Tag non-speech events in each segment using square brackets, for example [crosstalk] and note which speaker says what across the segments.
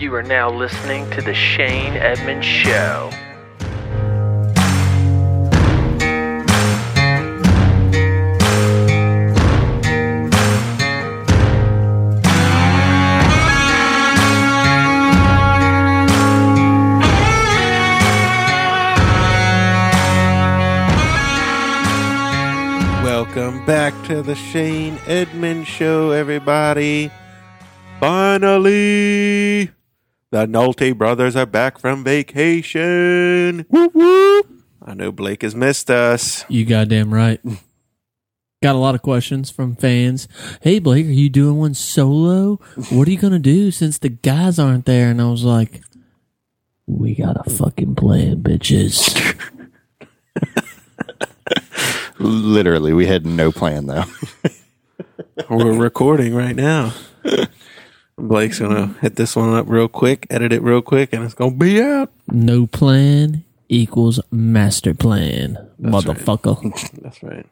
Speaker 1: You are now listening to The Shane Edmonds Show.
Speaker 2: Welcome back to the Shane Edmund Show, everybody. Finally, the Nolte brothers are back from vacation. Whoop whoop! I know Blake has missed us.
Speaker 3: You goddamn right. Got a lot of questions from fans. Hey Blake, are you doing one solo? What are you gonna do since the guys aren't there? And I was like, We got a fucking plan, bitches.
Speaker 4: Literally, we had no
Speaker 2: [laughs]
Speaker 4: plan though.
Speaker 2: We're recording right now. Blake's gonna hit this one up real quick, edit it real quick, and it's gonna be out.
Speaker 3: No plan equals master plan, motherfucker.
Speaker 2: That's right.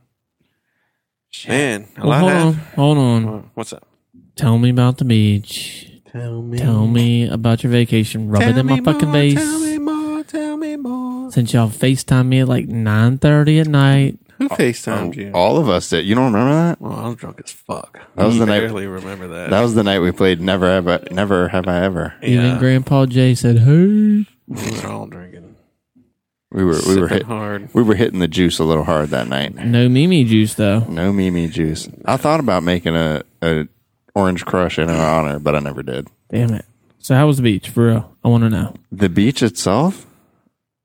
Speaker 2: Man, a
Speaker 3: Well,
Speaker 2: lot
Speaker 3: hold on,
Speaker 2: of
Speaker 3: hold on.
Speaker 2: what's up?
Speaker 3: Tell me about the beach.
Speaker 2: Tell me,
Speaker 3: Tell me about your vacation. Rub it in my fucking
Speaker 2: more,
Speaker 3: face.
Speaker 2: Tell me more. Tell me more.
Speaker 3: Since y'all FaceTime me at like nine thirty at night.
Speaker 2: Who
Speaker 4: Oh,
Speaker 2: FaceTimed you?
Speaker 4: All of us did. You don't remember that?
Speaker 2: Well, I was drunk as fuck.
Speaker 4: That was
Speaker 2: I
Speaker 4: the night-
Speaker 2: barely remember that.
Speaker 4: That was the night we played Never Have I, Never Have I Ever.
Speaker 3: Even
Speaker 2: Yeah.
Speaker 3: Grandpa Jay said,
Speaker 2: we
Speaker 3: Hey
Speaker 2: were all drinking.
Speaker 4: We were we
Speaker 2: Sipping
Speaker 4: were hit,
Speaker 2: hard.
Speaker 4: we were hitting the juice a little hard that night.
Speaker 3: No Mimi juice though.
Speaker 4: No Mimi juice. I thought about making a, a orange crush in her honor, but I never did.
Speaker 3: Damn it. So how was the beach for real? I want to know.
Speaker 4: The beach itself?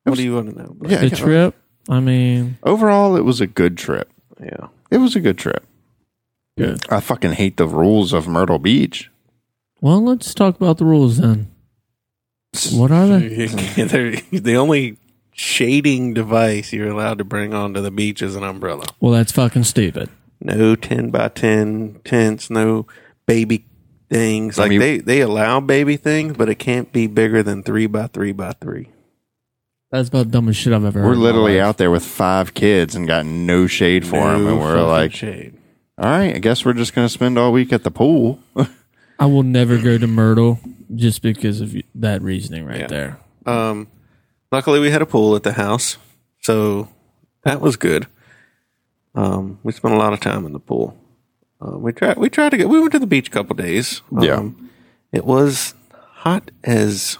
Speaker 2: What do you want to know? Blake?
Speaker 4: Yeah.
Speaker 3: The trip. [laughs] I mean,
Speaker 4: Overall, it was a good trip.
Speaker 2: Yeah. [laughs]
Speaker 4: It was a good trip.
Speaker 3: Good.
Speaker 4: I fucking hate the rules of Myrtle Beach.
Speaker 3: well, let's talk about the rules then. What are they?
Speaker 2: They're- the only shading device you're allowed to bring onto the beach is an umbrella.
Speaker 3: Well, that's fucking stupid.
Speaker 2: No 10 by 10 tents, no baby things.
Speaker 4: I
Speaker 2: Like
Speaker 4: mean-
Speaker 2: they, they allow baby things, but it can't be bigger than 3 by 3 by 3.
Speaker 3: That's about the dumbest shit I've ever.
Speaker 4: We're
Speaker 3: heard in my
Speaker 4: literally
Speaker 3: life.
Speaker 4: out there with five kids and got no shade for them,
Speaker 2: No
Speaker 4: and we're
Speaker 2: fucking
Speaker 4: like,
Speaker 2: shade.
Speaker 4: "All right, I guess we're just gonna spend all week at the pool."
Speaker 3: I will never go to Myrtle just because of that reasoning right there.
Speaker 2: Um, luckily, we had a pool at the house, so that was good. Um, we spent a lot of time in the pool. Uh, we tried. We tried to get. We went to the beach a couple days. Um,
Speaker 4: Yeah.
Speaker 2: it was hot as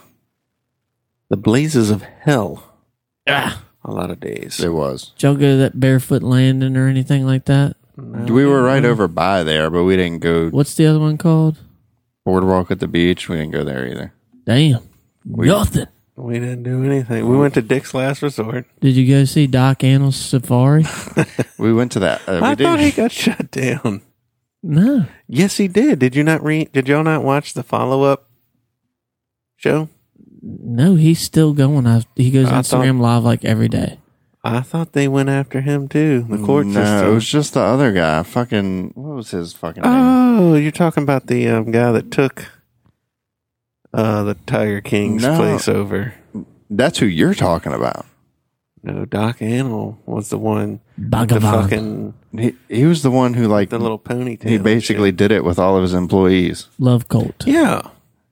Speaker 2: the blazes of hell.
Speaker 3: Ah.
Speaker 2: A lot of days.
Speaker 4: It was.
Speaker 3: Did y'all go to that barefoot landing or anything like that?
Speaker 4: We were right over by there, but we didn't go
Speaker 3: What's the other one called?
Speaker 4: boardwalk at the beach. We didn't go there either.
Speaker 3: Damn, nothing.
Speaker 2: we didn't do anything. We went to Dick's Last Resort.
Speaker 3: Did you go see Doc Annal's safari?
Speaker 4: We went to that. Uh,
Speaker 2: I
Speaker 4: we
Speaker 2: thought he
Speaker 4: did. [laughs]
Speaker 2: got [laughs] shut down.
Speaker 3: no.
Speaker 2: Yes, he did. Did you not read? Did y'all not watch the follow up show?
Speaker 3: No, he's still going. I, he goes
Speaker 2: I thought-
Speaker 3: Instagram live like every day.
Speaker 2: I thought they went after him too. The court
Speaker 4: no,
Speaker 2: system.
Speaker 4: it was just the other guy. Fucking, what was his fucking name?
Speaker 2: Oh, you're talking about the um, guy that took uh, the Tiger King's
Speaker 4: No.
Speaker 2: place over.
Speaker 4: That's who you're talking about.
Speaker 2: No, Doc Animal was the one. The
Speaker 3: Bhagavan.
Speaker 2: fucking
Speaker 4: He, he was the one who like
Speaker 2: the little ponytail.
Speaker 4: he
Speaker 2: and
Speaker 4: basically
Speaker 2: shit.
Speaker 4: did it with all of his employees.
Speaker 3: Love cult.
Speaker 2: Yeah,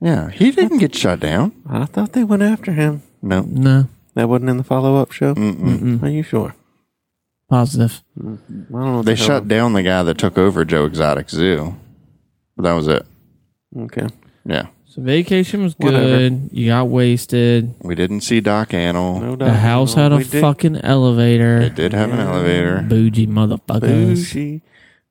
Speaker 4: Yeah, he didn't get shut down.
Speaker 2: I thought they went after him.
Speaker 4: No,
Speaker 3: No.
Speaker 2: That wasn't in the follow up show.
Speaker 4: Mm.
Speaker 3: Mm.
Speaker 2: Are you sure?
Speaker 3: Positive.
Speaker 2: I don't know. what
Speaker 4: they
Speaker 2: the hell-
Speaker 4: shut down the guy that took over Joe Exotic Zoo. But that was it.
Speaker 2: Okay.
Speaker 4: Yeah,
Speaker 3: So vacation was good.
Speaker 2: Whatever.
Speaker 3: You got wasted.
Speaker 4: we didn't see Doc Annell.
Speaker 2: No, Doc
Speaker 3: The house had
Speaker 2: Animal.
Speaker 3: a
Speaker 2: We did
Speaker 3: fucking elevator.
Speaker 4: It did have an elevator.
Speaker 3: Bougie motherfuckers.
Speaker 2: bougie.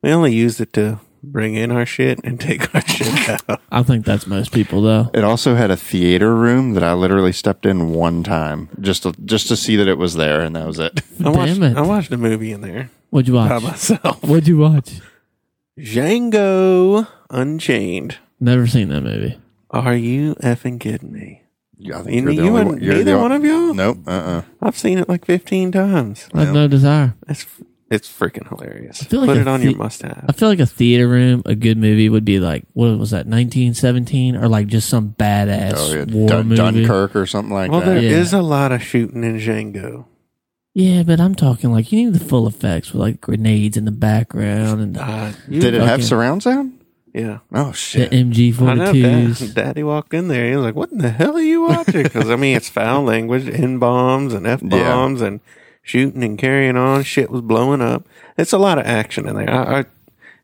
Speaker 2: We only used it to bring in our shit and [laughs] take our shit out.
Speaker 3: I think that's most people though.
Speaker 4: It also had a theater room that I literally stepped in one time just to, just to see that it was there, and that was it.
Speaker 2: I watched,
Speaker 3: Damn it.
Speaker 2: I watched a movie in there
Speaker 3: What'd you
Speaker 2: by
Speaker 3: watch?
Speaker 2: myself.
Speaker 3: What'd you watch?
Speaker 2: [laughs] Django Unchained.
Speaker 3: Never seen that movie.
Speaker 2: Are you effing kidding me?
Speaker 4: I
Speaker 2: You- you and neither one of y'all?
Speaker 4: Nope. Uh. uh
Speaker 2: I've seen it like 15 times.
Speaker 3: I have no desire.
Speaker 2: It's it's freaking hilarious.
Speaker 3: I feel like
Speaker 2: Put
Speaker 3: a
Speaker 2: it on
Speaker 3: the-
Speaker 2: your must
Speaker 3: I
Speaker 2: have.
Speaker 3: feel like a theater room, a good movie would be like what was that, nineteen seventeen, or like just some badass
Speaker 4: Oh, yeah.
Speaker 3: war
Speaker 4: Dun-
Speaker 3: movie.
Speaker 4: Dunkirk or something like
Speaker 2: Well, there
Speaker 4: that.
Speaker 2: is
Speaker 3: Yeah.
Speaker 2: a lot of shooting in Django.
Speaker 3: Yeah, but I'm talking like you need the full effects with like grenades in the background and
Speaker 2: Uh,
Speaker 4: Did it have
Speaker 3: Okay.
Speaker 4: surround sound?
Speaker 2: Yeah.
Speaker 4: Oh
Speaker 3: The
Speaker 4: shit!
Speaker 3: MG
Speaker 2: I know. Dad, [laughs]
Speaker 3: 42s.
Speaker 2: Daddy walked in there. He was like, "What in the hell are you watching?" Because I mean, it's
Speaker 3: [laughs]
Speaker 2: foul language, n bombs and f bombs, and shooting and carrying on. Shit was blowing up. It's a lot of action in there. I, I,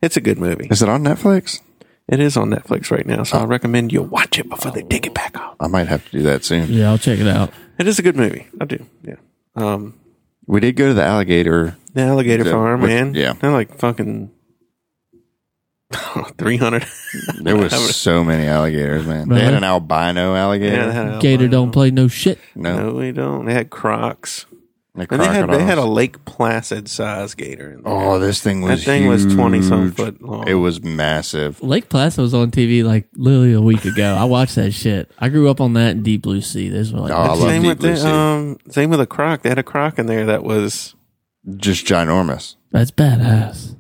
Speaker 2: it's a good movie.
Speaker 4: Is it on Netflix?
Speaker 2: It is on Netflix right now,
Speaker 4: Oh.
Speaker 2: so I recommend you watch it before they take it back off.
Speaker 4: I might have to do that soon.
Speaker 3: Yeah, I'll check it out.
Speaker 2: It is a good movie. I do. Yeah. Um,
Speaker 4: We did go to the alligator.
Speaker 2: the alligator
Speaker 4: Yeah,
Speaker 2: farm,
Speaker 4: which-
Speaker 2: man.
Speaker 4: yeah.
Speaker 2: They're like fucking [laughs] three hundred. [laughs]
Speaker 4: There was so many alligators, man. They had
Speaker 3: Really?
Speaker 4: an albino alligator.
Speaker 3: Gator don't play no shit.
Speaker 4: no,
Speaker 2: No, we don't. They had Crocs.
Speaker 4: the
Speaker 2: And they had they had a
Speaker 4: crocodiles.
Speaker 2: Lake Placid size gator in there.
Speaker 4: Oh, this thing
Speaker 2: that
Speaker 4: was
Speaker 2: thing was twenty some
Speaker 4: huge.
Speaker 2: foot long.
Speaker 4: It was massive.
Speaker 3: Lake Placid was on TV like literally a week ago. I watched that shit. I grew up on that and Deep Blue Sea. Those were like,
Speaker 4: Oh, I love
Speaker 2: same
Speaker 4: Deep
Speaker 2: with
Speaker 4: Blue
Speaker 2: the
Speaker 4: Sea.
Speaker 2: um, same with a croc. They had a croc in there that was,
Speaker 4: Just ginormous.
Speaker 3: that's badass.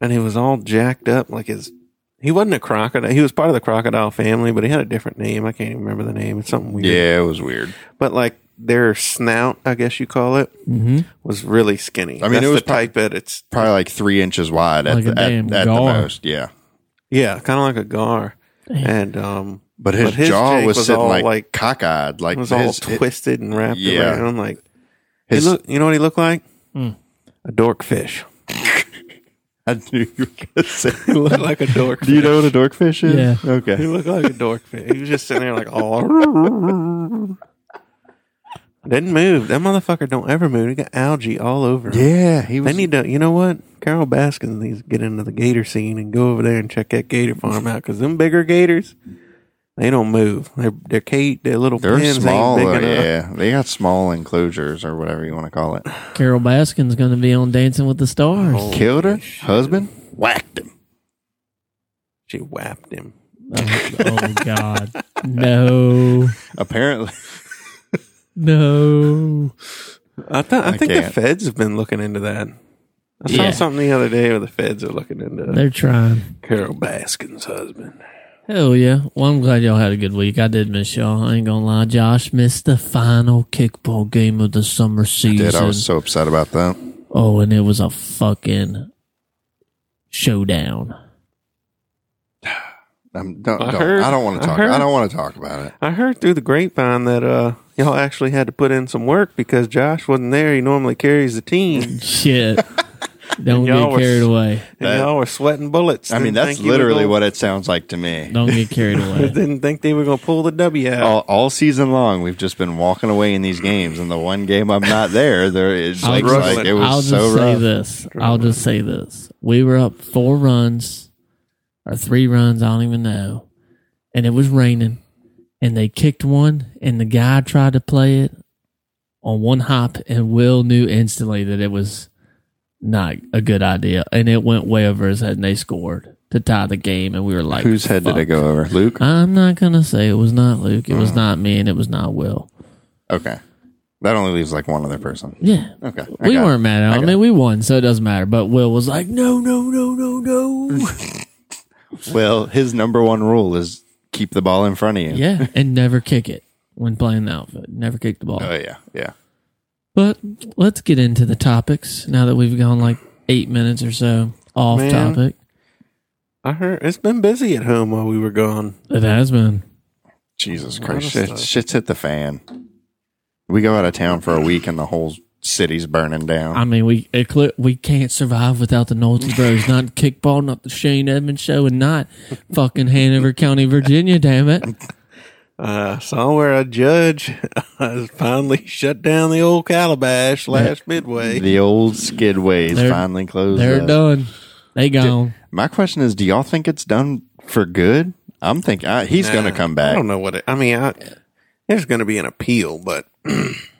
Speaker 2: and he was all jacked up like his. He wasn't a crocodile. He was part of the crocodile family, but he had a different name. I can't even remember the name. It's something weird.
Speaker 4: Yeah, it was weird.
Speaker 2: But like their snout, I guess you call it,
Speaker 3: Mm-hmm.
Speaker 2: was really skinny.
Speaker 4: I mean,
Speaker 2: That's
Speaker 4: it was
Speaker 2: the
Speaker 4: prob-
Speaker 2: type that it's
Speaker 4: Probably like three inches wide at,
Speaker 3: Like a
Speaker 4: the, at,
Speaker 3: damn
Speaker 4: at the
Speaker 3: gar.
Speaker 4: most. Yeah.
Speaker 2: yeah, kind of like a gar, and um,
Speaker 4: But his,
Speaker 2: But his
Speaker 4: jaw
Speaker 2: Jake
Speaker 4: was,
Speaker 2: was
Speaker 4: sitting
Speaker 2: all,
Speaker 4: like,
Speaker 2: like-
Speaker 4: cockeyed. Like
Speaker 2: it was
Speaker 4: his,
Speaker 2: all
Speaker 4: it-
Speaker 2: twisted and wrapped
Speaker 4: yeah.
Speaker 2: around. Like
Speaker 4: his-
Speaker 2: he look, you know what he looked like? A dork fish.
Speaker 4: [laughs] I knew you were
Speaker 3: [laughs]
Speaker 4: gonna say.
Speaker 2: [laughs] he looked like a dork.
Speaker 4: Do you know what a dorkfish is?
Speaker 3: Yeah.
Speaker 2: He
Speaker 4: Okay.
Speaker 2: looked like a
Speaker 4: [laughs]
Speaker 2: dork fish. He was just sitting there like all. Didn't move. That motherfucker don't ever move. He got algae all over. him.
Speaker 4: Yeah, he
Speaker 2: They
Speaker 4: was.
Speaker 2: need to. You know what? Carol Baskin needs to get into the gator scene and go over there and check that gator farm out because them bigger gators, they don't move. Their their cage, their little
Speaker 4: they're
Speaker 2: pins
Speaker 4: small.
Speaker 2: ain't
Speaker 4: uh,
Speaker 2: big enough.
Speaker 4: Yeah, they got small enclosures or whatever you want to call it.
Speaker 3: Carol Baskin's going to be on Dancing with the Stars.
Speaker 2: Oh.
Speaker 4: Killed her husband, whacked him.
Speaker 2: She whapped him.
Speaker 3: Oh, oh, God. No.
Speaker 4: Apparently, [laughs]
Speaker 3: No.
Speaker 2: I thought. I,
Speaker 4: I
Speaker 2: think the
Speaker 4: can't.
Speaker 2: feds have been looking into that. I saw
Speaker 3: Yeah.
Speaker 2: something the other day where the feds are looking into
Speaker 3: They're trying.
Speaker 2: Carol Baskin's husband.
Speaker 3: Hell yeah. Well, I'm glad y'all had a good week. I did miss y'all. I ain't going to lie. Josh missed the final kickball game of the summer season.
Speaker 4: dude, I was so upset about that.
Speaker 3: oh, and it was a fucking showdown.
Speaker 4: I'm, don't,
Speaker 2: I
Speaker 4: don't,
Speaker 2: heard-
Speaker 4: I don't want
Speaker 2: I
Speaker 4: to talk.
Speaker 2: heard.
Speaker 4: I don't want to talk about it.
Speaker 2: I heard through the grapevine that uh, y'all actually had to put in some work because Josh wasn't there. He normally carries the
Speaker 4: [laughs]
Speaker 2: team.
Speaker 3: Shit. Don't
Speaker 2: y'all
Speaker 3: get
Speaker 2: were-
Speaker 3: carried away.
Speaker 2: And
Speaker 4: That-
Speaker 2: y'all were sweating bullets.
Speaker 4: I mean,
Speaker 2: Didn't
Speaker 4: that's
Speaker 2: think you were
Speaker 4: literally
Speaker 2: gonna-
Speaker 4: what it sounds like to me.
Speaker 3: Don't get carried
Speaker 2: [laughs]
Speaker 3: away.
Speaker 2: Didn't think they were going to pull the W out.
Speaker 4: All, all season long, we've just been walking away in these games, and the one game I'm not there, there is
Speaker 3: I'll
Speaker 4: like,
Speaker 3: just-
Speaker 4: like it was
Speaker 3: I'll just
Speaker 4: so
Speaker 3: say
Speaker 4: rough.
Speaker 3: this. I'll just say this. We were up four runs or three runs, I don't even know. And it was raining. And they kicked one and the guy tried to play it on one hop and Will knew instantly that it was not a good idea. And it went way over his head and they scored to tie the game and we were like
Speaker 4: Whose head did
Speaker 3: fuck.
Speaker 4: it Mm. go over? Luke.
Speaker 3: I'm not gonna say it was not Luke, it was not me and it was not Will.
Speaker 4: Okay, that only leaves like one other person.
Speaker 3: Yeah.
Speaker 4: Okay, I
Speaker 3: We
Speaker 4: got it.
Speaker 3: weren't mad at him. I
Speaker 4: got
Speaker 3: mean, we won, so it doesn't matter. But Will was like, no, no, no, no, no.
Speaker 4: Well, his number one rule is keep the ball in front of you.
Speaker 3: yeah, and never kick it when playing the outfit. Never kick the ball.
Speaker 4: Oh yeah, yeah.
Speaker 3: But let's get into the topics now that we've gone like eight minutes or so off
Speaker 2: Man.
Speaker 3: topic.
Speaker 2: I heard it's been busy at home while we were gone.
Speaker 3: It has been.
Speaker 4: Jesus
Speaker 2: lot
Speaker 4: Christ,
Speaker 2: of
Speaker 4: shit,
Speaker 2: stuff.
Speaker 4: shit's hit the fan. We go out of town for a week, and the whole city's burning down.
Speaker 3: I mean, we it, cle- we can't survive without the Nolte Bros. not kickball, not the Shane Edmonds show, and not fucking Hanover County, Virginia. Damn it!
Speaker 2: Uh, saw where a judge [laughs] has finally [laughs] shut down the old
Speaker 4: [laughs]
Speaker 2: calabash last midway.
Speaker 4: the old skidway
Speaker 3: They're-
Speaker 4: is finally closed.
Speaker 3: They're
Speaker 4: up.
Speaker 3: done. They gone.
Speaker 4: My question is, do y'all think it's done for good? I'm thinking I, he's going to come
Speaker 2: I
Speaker 4: back.
Speaker 2: don't know what it. I mean, I, there's going to be an appeal, but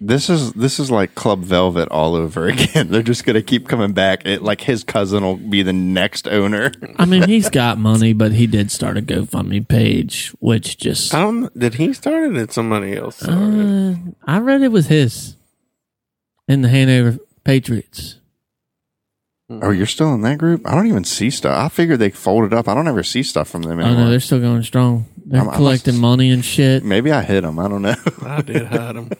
Speaker 4: This is this is like Club Velvet all over [laughs] again. They're just going to keep coming back. It, like his cousin will be the next owner.
Speaker 2: Mm-hmm.
Speaker 3: I mean, he's got money, but he did start a GoFundMe page, which just
Speaker 2: I don't. Did he start it? Did somebody else? start it?
Speaker 3: Uh, I read it was his in the Hanover Patriots.
Speaker 4: Oh, you're still in that group? I don't even see stuff. I figured they folded up. I don't ever see stuff from them
Speaker 3: Oh no,
Speaker 4: anymore.
Speaker 3: they're still going strong. They're
Speaker 4: I'm- I must-
Speaker 3: collecting money and shit.
Speaker 4: Maybe I hit them. I don't know.
Speaker 2: [laughs] I did hide him.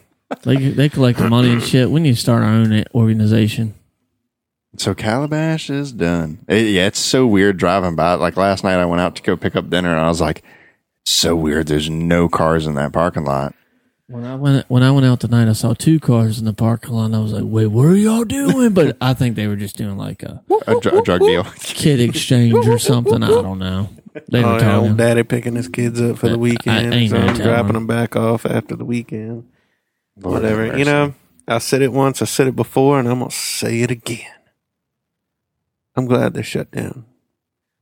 Speaker 3: They they collecting money and shit. We need to start our own organization.
Speaker 4: [laughs] So Calabash is done. It- yeah, it's so weird driving by. it. Like last night, I went out to go pick up dinner, and I was like, "So weird. There's no cars in that parking lot."
Speaker 3: When I went when I went out tonight, I saw two cars in the parking lot. and I was like, "Wait, what are y'all doing?" But I think they were just doing like a
Speaker 4: A, dr- a drug deal.
Speaker 3: kid exchange or something. I don't know. They were
Speaker 2: Oh, yeah, old
Speaker 3: talking.
Speaker 2: daddy picking his kids up for the weekend,
Speaker 3: ain't
Speaker 2: so
Speaker 3: no
Speaker 2: I'm dropping
Speaker 3: telling.
Speaker 2: them back off after the weekend.
Speaker 4: Lord have
Speaker 2: Whatever, you
Speaker 4: mercy.
Speaker 2: know. I said it once. I said it before, and I'm gonna say it again. I'm glad they're shut down.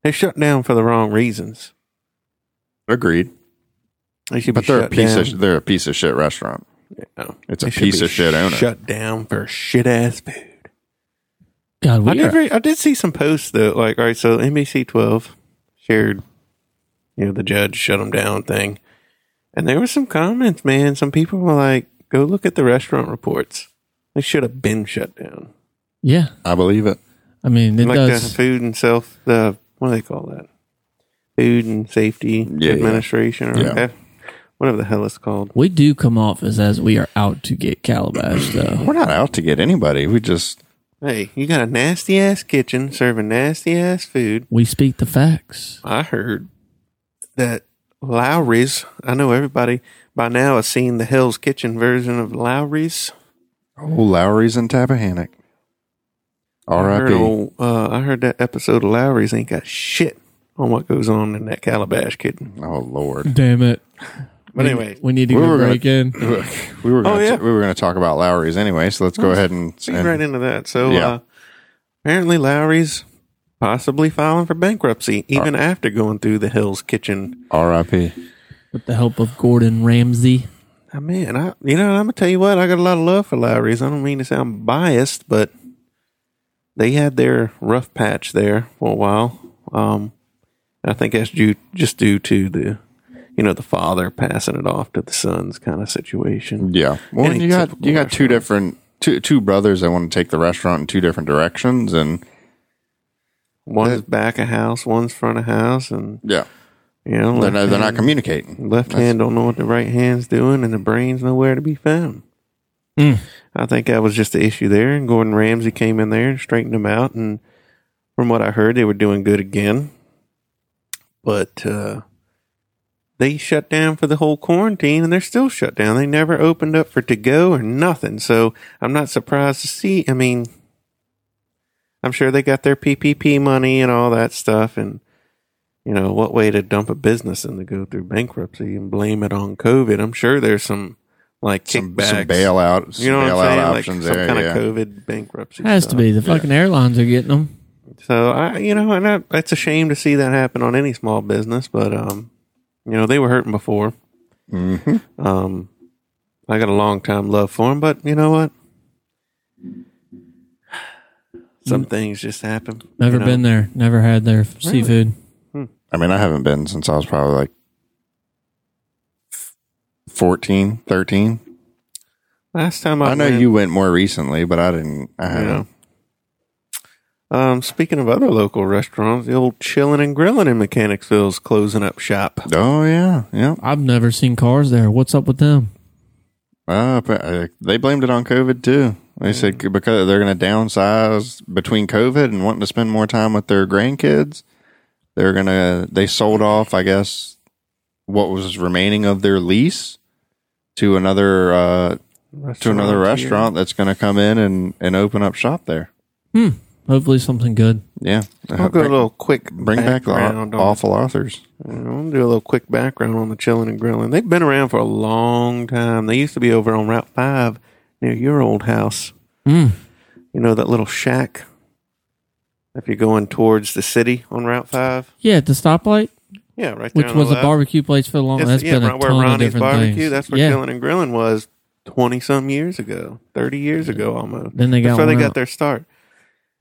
Speaker 2: They shut down for the wrong reasons.
Speaker 4: Agreed.
Speaker 2: They should
Speaker 4: But
Speaker 2: be
Speaker 4: they're a
Speaker 2: shut
Speaker 4: piece
Speaker 2: down.
Speaker 4: of they're a piece of shit restaurant.
Speaker 2: No.
Speaker 4: It's a
Speaker 2: They should
Speaker 4: piece
Speaker 2: be
Speaker 4: of shit owner.
Speaker 2: Shut down for shit ass food.
Speaker 3: God,
Speaker 2: I
Speaker 3: we
Speaker 2: did.
Speaker 3: are,
Speaker 2: Re- I did see some posts though. Like, all right, so NBC Twelve shared, you know, the judge shut them down thing, and there were some comments. Man, some people were like, "Go look at the restaurant reports. They should have been shut down."
Speaker 3: yeah.
Speaker 4: I believe it.
Speaker 3: I mean, it
Speaker 2: like the
Speaker 3: does.
Speaker 2: food and self, the what do they call that? Food and safety
Speaker 4: Yeah,
Speaker 2: administration, or
Speaker 4: yeah.
Speaker 2: whatever the hell it's called.
Speaker 3: We do come off as as we are out to get Calabash, though.
Speaker 4: We're not out to get anybody. We just
Speaker 2: Hey, you got a nasty ass kitchen serving nasty ass food.
Speaker 3: We speak the facts.
Speaker 2: I heard that Lowry's. I know everybody by now has seen the Hell's Kitchen version of Lowry's.
Speaker 4: oh Lowry's and Tappahannock.
Speaker 2: I heard,
Speaker 4: R.I.P.
Speaker 2: old- uh, I heard that episode of Lowry's ain't got shit on what goes on in that Calabash kitchen.
Speaker 4: Oh Lord.
Speaker 3: Damn it.
Speaker 2: But anyway,
Speaker 3: We need to
Speaker 4: We
Speaker 3: go
Speaker 4: were gonna-
Speaker 3: break in.
Speaker 4: [laughs] We were gonna
Speaker 2: Oh, yeah.
Speaker 4: t- we were going to talk about Lowry's anyway, so let's go ahead and,
Speaker 2: feed
Speaker 4: and-
Speaker 2: right into that. So
Speaker 4: Yeah.
Speaker 2: uh, apparently Lowry's possibly filing for bankruptcy even after going through the Hell's Kitchen
Speaker 4: R.I.P.
Speaker 3: with the help of Gordon Ramsay.
Speaker 2: I mean, I you know, I'm gonna tell you what, I got a lot of love for Lowry's. I don't mean to sound biased, but they had their rough patch there for a while. Um, I think that's due just due to the, you know, the father passing it off to the sons kind of situation.
Speaker 4: Yeah. Well,
Speaker 2: Any
Speaker 4: you got
Speaker 2: typical
Speaker 4: you got two different two two brothers that want to take the restaurant in two different directions, and
Speaker 2: One's back of house, one's front of house, and
Speaker 4: yeah,
Speaker 2: you know,
Speaker 4: they're
Speaker 2: left,
Speaker 4: not, they're not
Speaker 2: hand,
Speaker 4: communicating.
Speaker 2: left hand don't know what the right hand's doing, and the brain's nowhere to be found.
Speaker 3: Mm.
Speaker 2: I think that was just the issue there. And Gordon Ramsay came in there and straightened them out. And from what I heard, they were doing good again. But uh, they shut down for the whole quarantine and they're still shut down. They never opened up for to go or nothing. So I'm not surprised to see. I mean, I'm sure they got their PPP money and all that stuff. And, you know, what way to dump a business and to go through bankruptcy and blame it on COVID? I'm sure there's some like
Speaker 4: Some,
Speaker 2: kickbacks
Speaker 4: some bailout, some
Speaker 2: you know what I'm saying?
Speaker 4: bailout
Speaker 2: Like some
Speaker 4: options there.
Speaker 2: kind
Speaker 4: yeah.
Speaker 2: of COVID bankruptcy.
Speaker 3: Has to
Speaker 2: stuff.
Speaker 3: be. The fucking airlines are getting them.
Speaker 2: So I, you know, and I, it's a shame to see that happen on any small business, but um, you know, they were hurting before. Mm-hmm. Um, I got a long time love for them, but you know what? Some things just happen.
Speaker 3: Never
Speaker 2: you know.
Speaker 3: been there. Never had their seafood.
Speaker 4: I mean, I haven't been since I was probably like 14, 13.
Speaker 2: Last time I,
Speaker 4: I know
Speaker 2: went-
Speaker 4: you went more recently, but I didn't. I
Speaker 2: You know.
Speaker 4: haven't.
Speaker 2: Um, speaking of other local restaurants, the old Chillin' and Grillin' in Mechanicsville is closing up shop.
Speaker 4: Oh yeah, yeah.
Speaker 3: I've never seen cars there. What's up with them?
Speaker 4: Uh, but, uh, they blamed it on COVID too. They said c- because they're going to downsize between COVID and wanting to spend more time with their grandkids. They're gonna they sold off, I guess, what was remaining of their lease to another uh, to another restaurant that's going to come in and and open up shop there.
Speaker 3: Hopefully something good.
Speaker 4: Yeah,
Speaker 2: I'll go a
Speaker 4: bring,
Speaker 2: little quick
Speaker 4: bring back the aw-
Speaker 2: background on-
Speaker 4: awful authors.
Speaker 2: I'm gonna do a little quick background on the Chillin' and Grillin'. They've been around for a long time. They used to be over on Route Five near your old house.
Speaker 3: Mm.
Speaker 2: You know that little shack. If you're going towards the city on Route Five,
Speaker 3: Yeah, at the stoplight,
Speaker 2: yeah, right there.
Speaker 3: which
Speaker 2: on the
Speaker 3: was a
Speaker 2: left.
Speaker 3: barbecue place for a long.
Speaker 2: It's-
Speaker 3: That's
Speaker 2: yeah,
Speaker 3: been a
Speaker 2: right where
Speaker 3: ton of
Speaker 2: Ronnie's
Speaker 3: different
Speaker 2: barbecue.
Speaker 3: things.
Speaker 2: That's where
Speaker 3: yeah.
Speaker 2: Chillin' and Grillin' was twenty some years ago, thirty years ago almost.
Speaker 3: Then they got
Speaker 2: that's where they
Speaker 3: one
Speaker 2: got
Speaker 3: out.
Speaker 2: their start.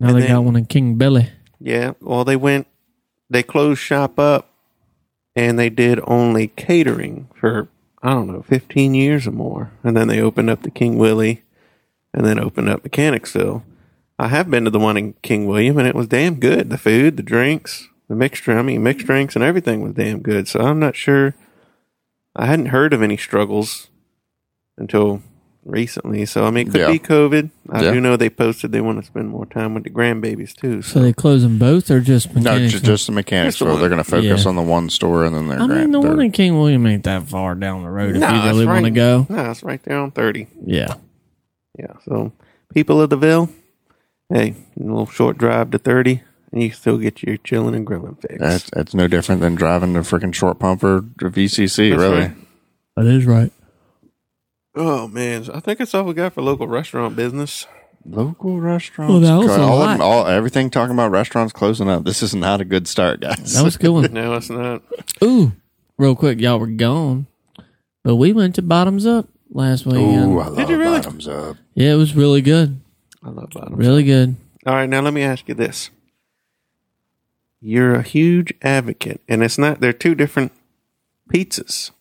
Speaker 3: Now they
Speaker 2: and
Speaker 3: got
Speaker 2: then-
Speaker 3: one in King Billy.
Speaker 2: Yeah. Well, they went, they closed shop up and they did only catering for, I don't know, 15 years or more. And then they opened up the King Willie and then opened up Mechanicsville. I have been to the one in King William and it was damn good. The food, the drinks, the mixture, I mean, mixed drinks and everything was damn good. So I'm not sure. I hadn't heard of any struggles until recently, so I mean, it could
Speaker 4: Yeah.
Speaker 2: be COVID. I
Speaker 4: Yeah.
Speaker 2: do know they posted they want to spend more time with the grandbabies too.
Speaker 3: So
Speaker 2: So
Speaker 3: they close them both, or just
Speaker 4: No,
Speaker 3: mechanics?
Speaker 4: ju- just the mechanic
Speaker 2: Just the
Speaker 4: store.
Speaker 2: one.
Speaker 4: They're going to focus
Speaker 3: Yeah.
Speaker 4: on the one store and then they're
Speaker 3: I
Speaker 4: grand-
Speaker 3: mean, the
Speaker 4: they're-
Speaker 3: one in King William ain't that far down the road if
Speaker 2: Nah,
Speaker 3: you
Speaker 2: it's
Speaker 3: really want to
Speaker 2: right-
Speaker 3: go.
Speaker 2: Nah, it's right there on thirty.
Speaker 3: Yeah,
Speaker 2: Yeah. So people of the Ville, hey, a little short drive to thirty, and you can still get your chilling and grilling fix.
Speaker 4: That's, that's no different than driving the freaking short pumper VCC,
Speaker 2: That's
Speaker 4: really.
Speaker 2: right.
Speaker 3: that is right.
Speaker 2: Oh man, I think that's all we got for local restaurant
Speaker 3: [laughs]
Speaker 2: business.
Speaker 4: Local restaurants.
Speaker 3: Well, that was a
Speaker 4: all, of
Speaker 3: lot.
Speaker 4: them- all everything talking about restaurants closing up. This is not a good start, guys.
Speaker 3: That was a good one.
Speaker 2: No, it's not.
Speaker 3: Ooh, real quick, y'all were gone, but we went to Bottoms Up last weekend.
Speaker 4: [laughs] Ooh, I love
Speaker 2: you really?
Speaker 4: bottoms up.
Speaker 3: Yeah, it was really good,
Speaker 2: I love bottoms.
Speaker 3: really good.
Speaker 2: All right, now let me ask you this. You're a huge advocate, and it's not, they're two different pizzas.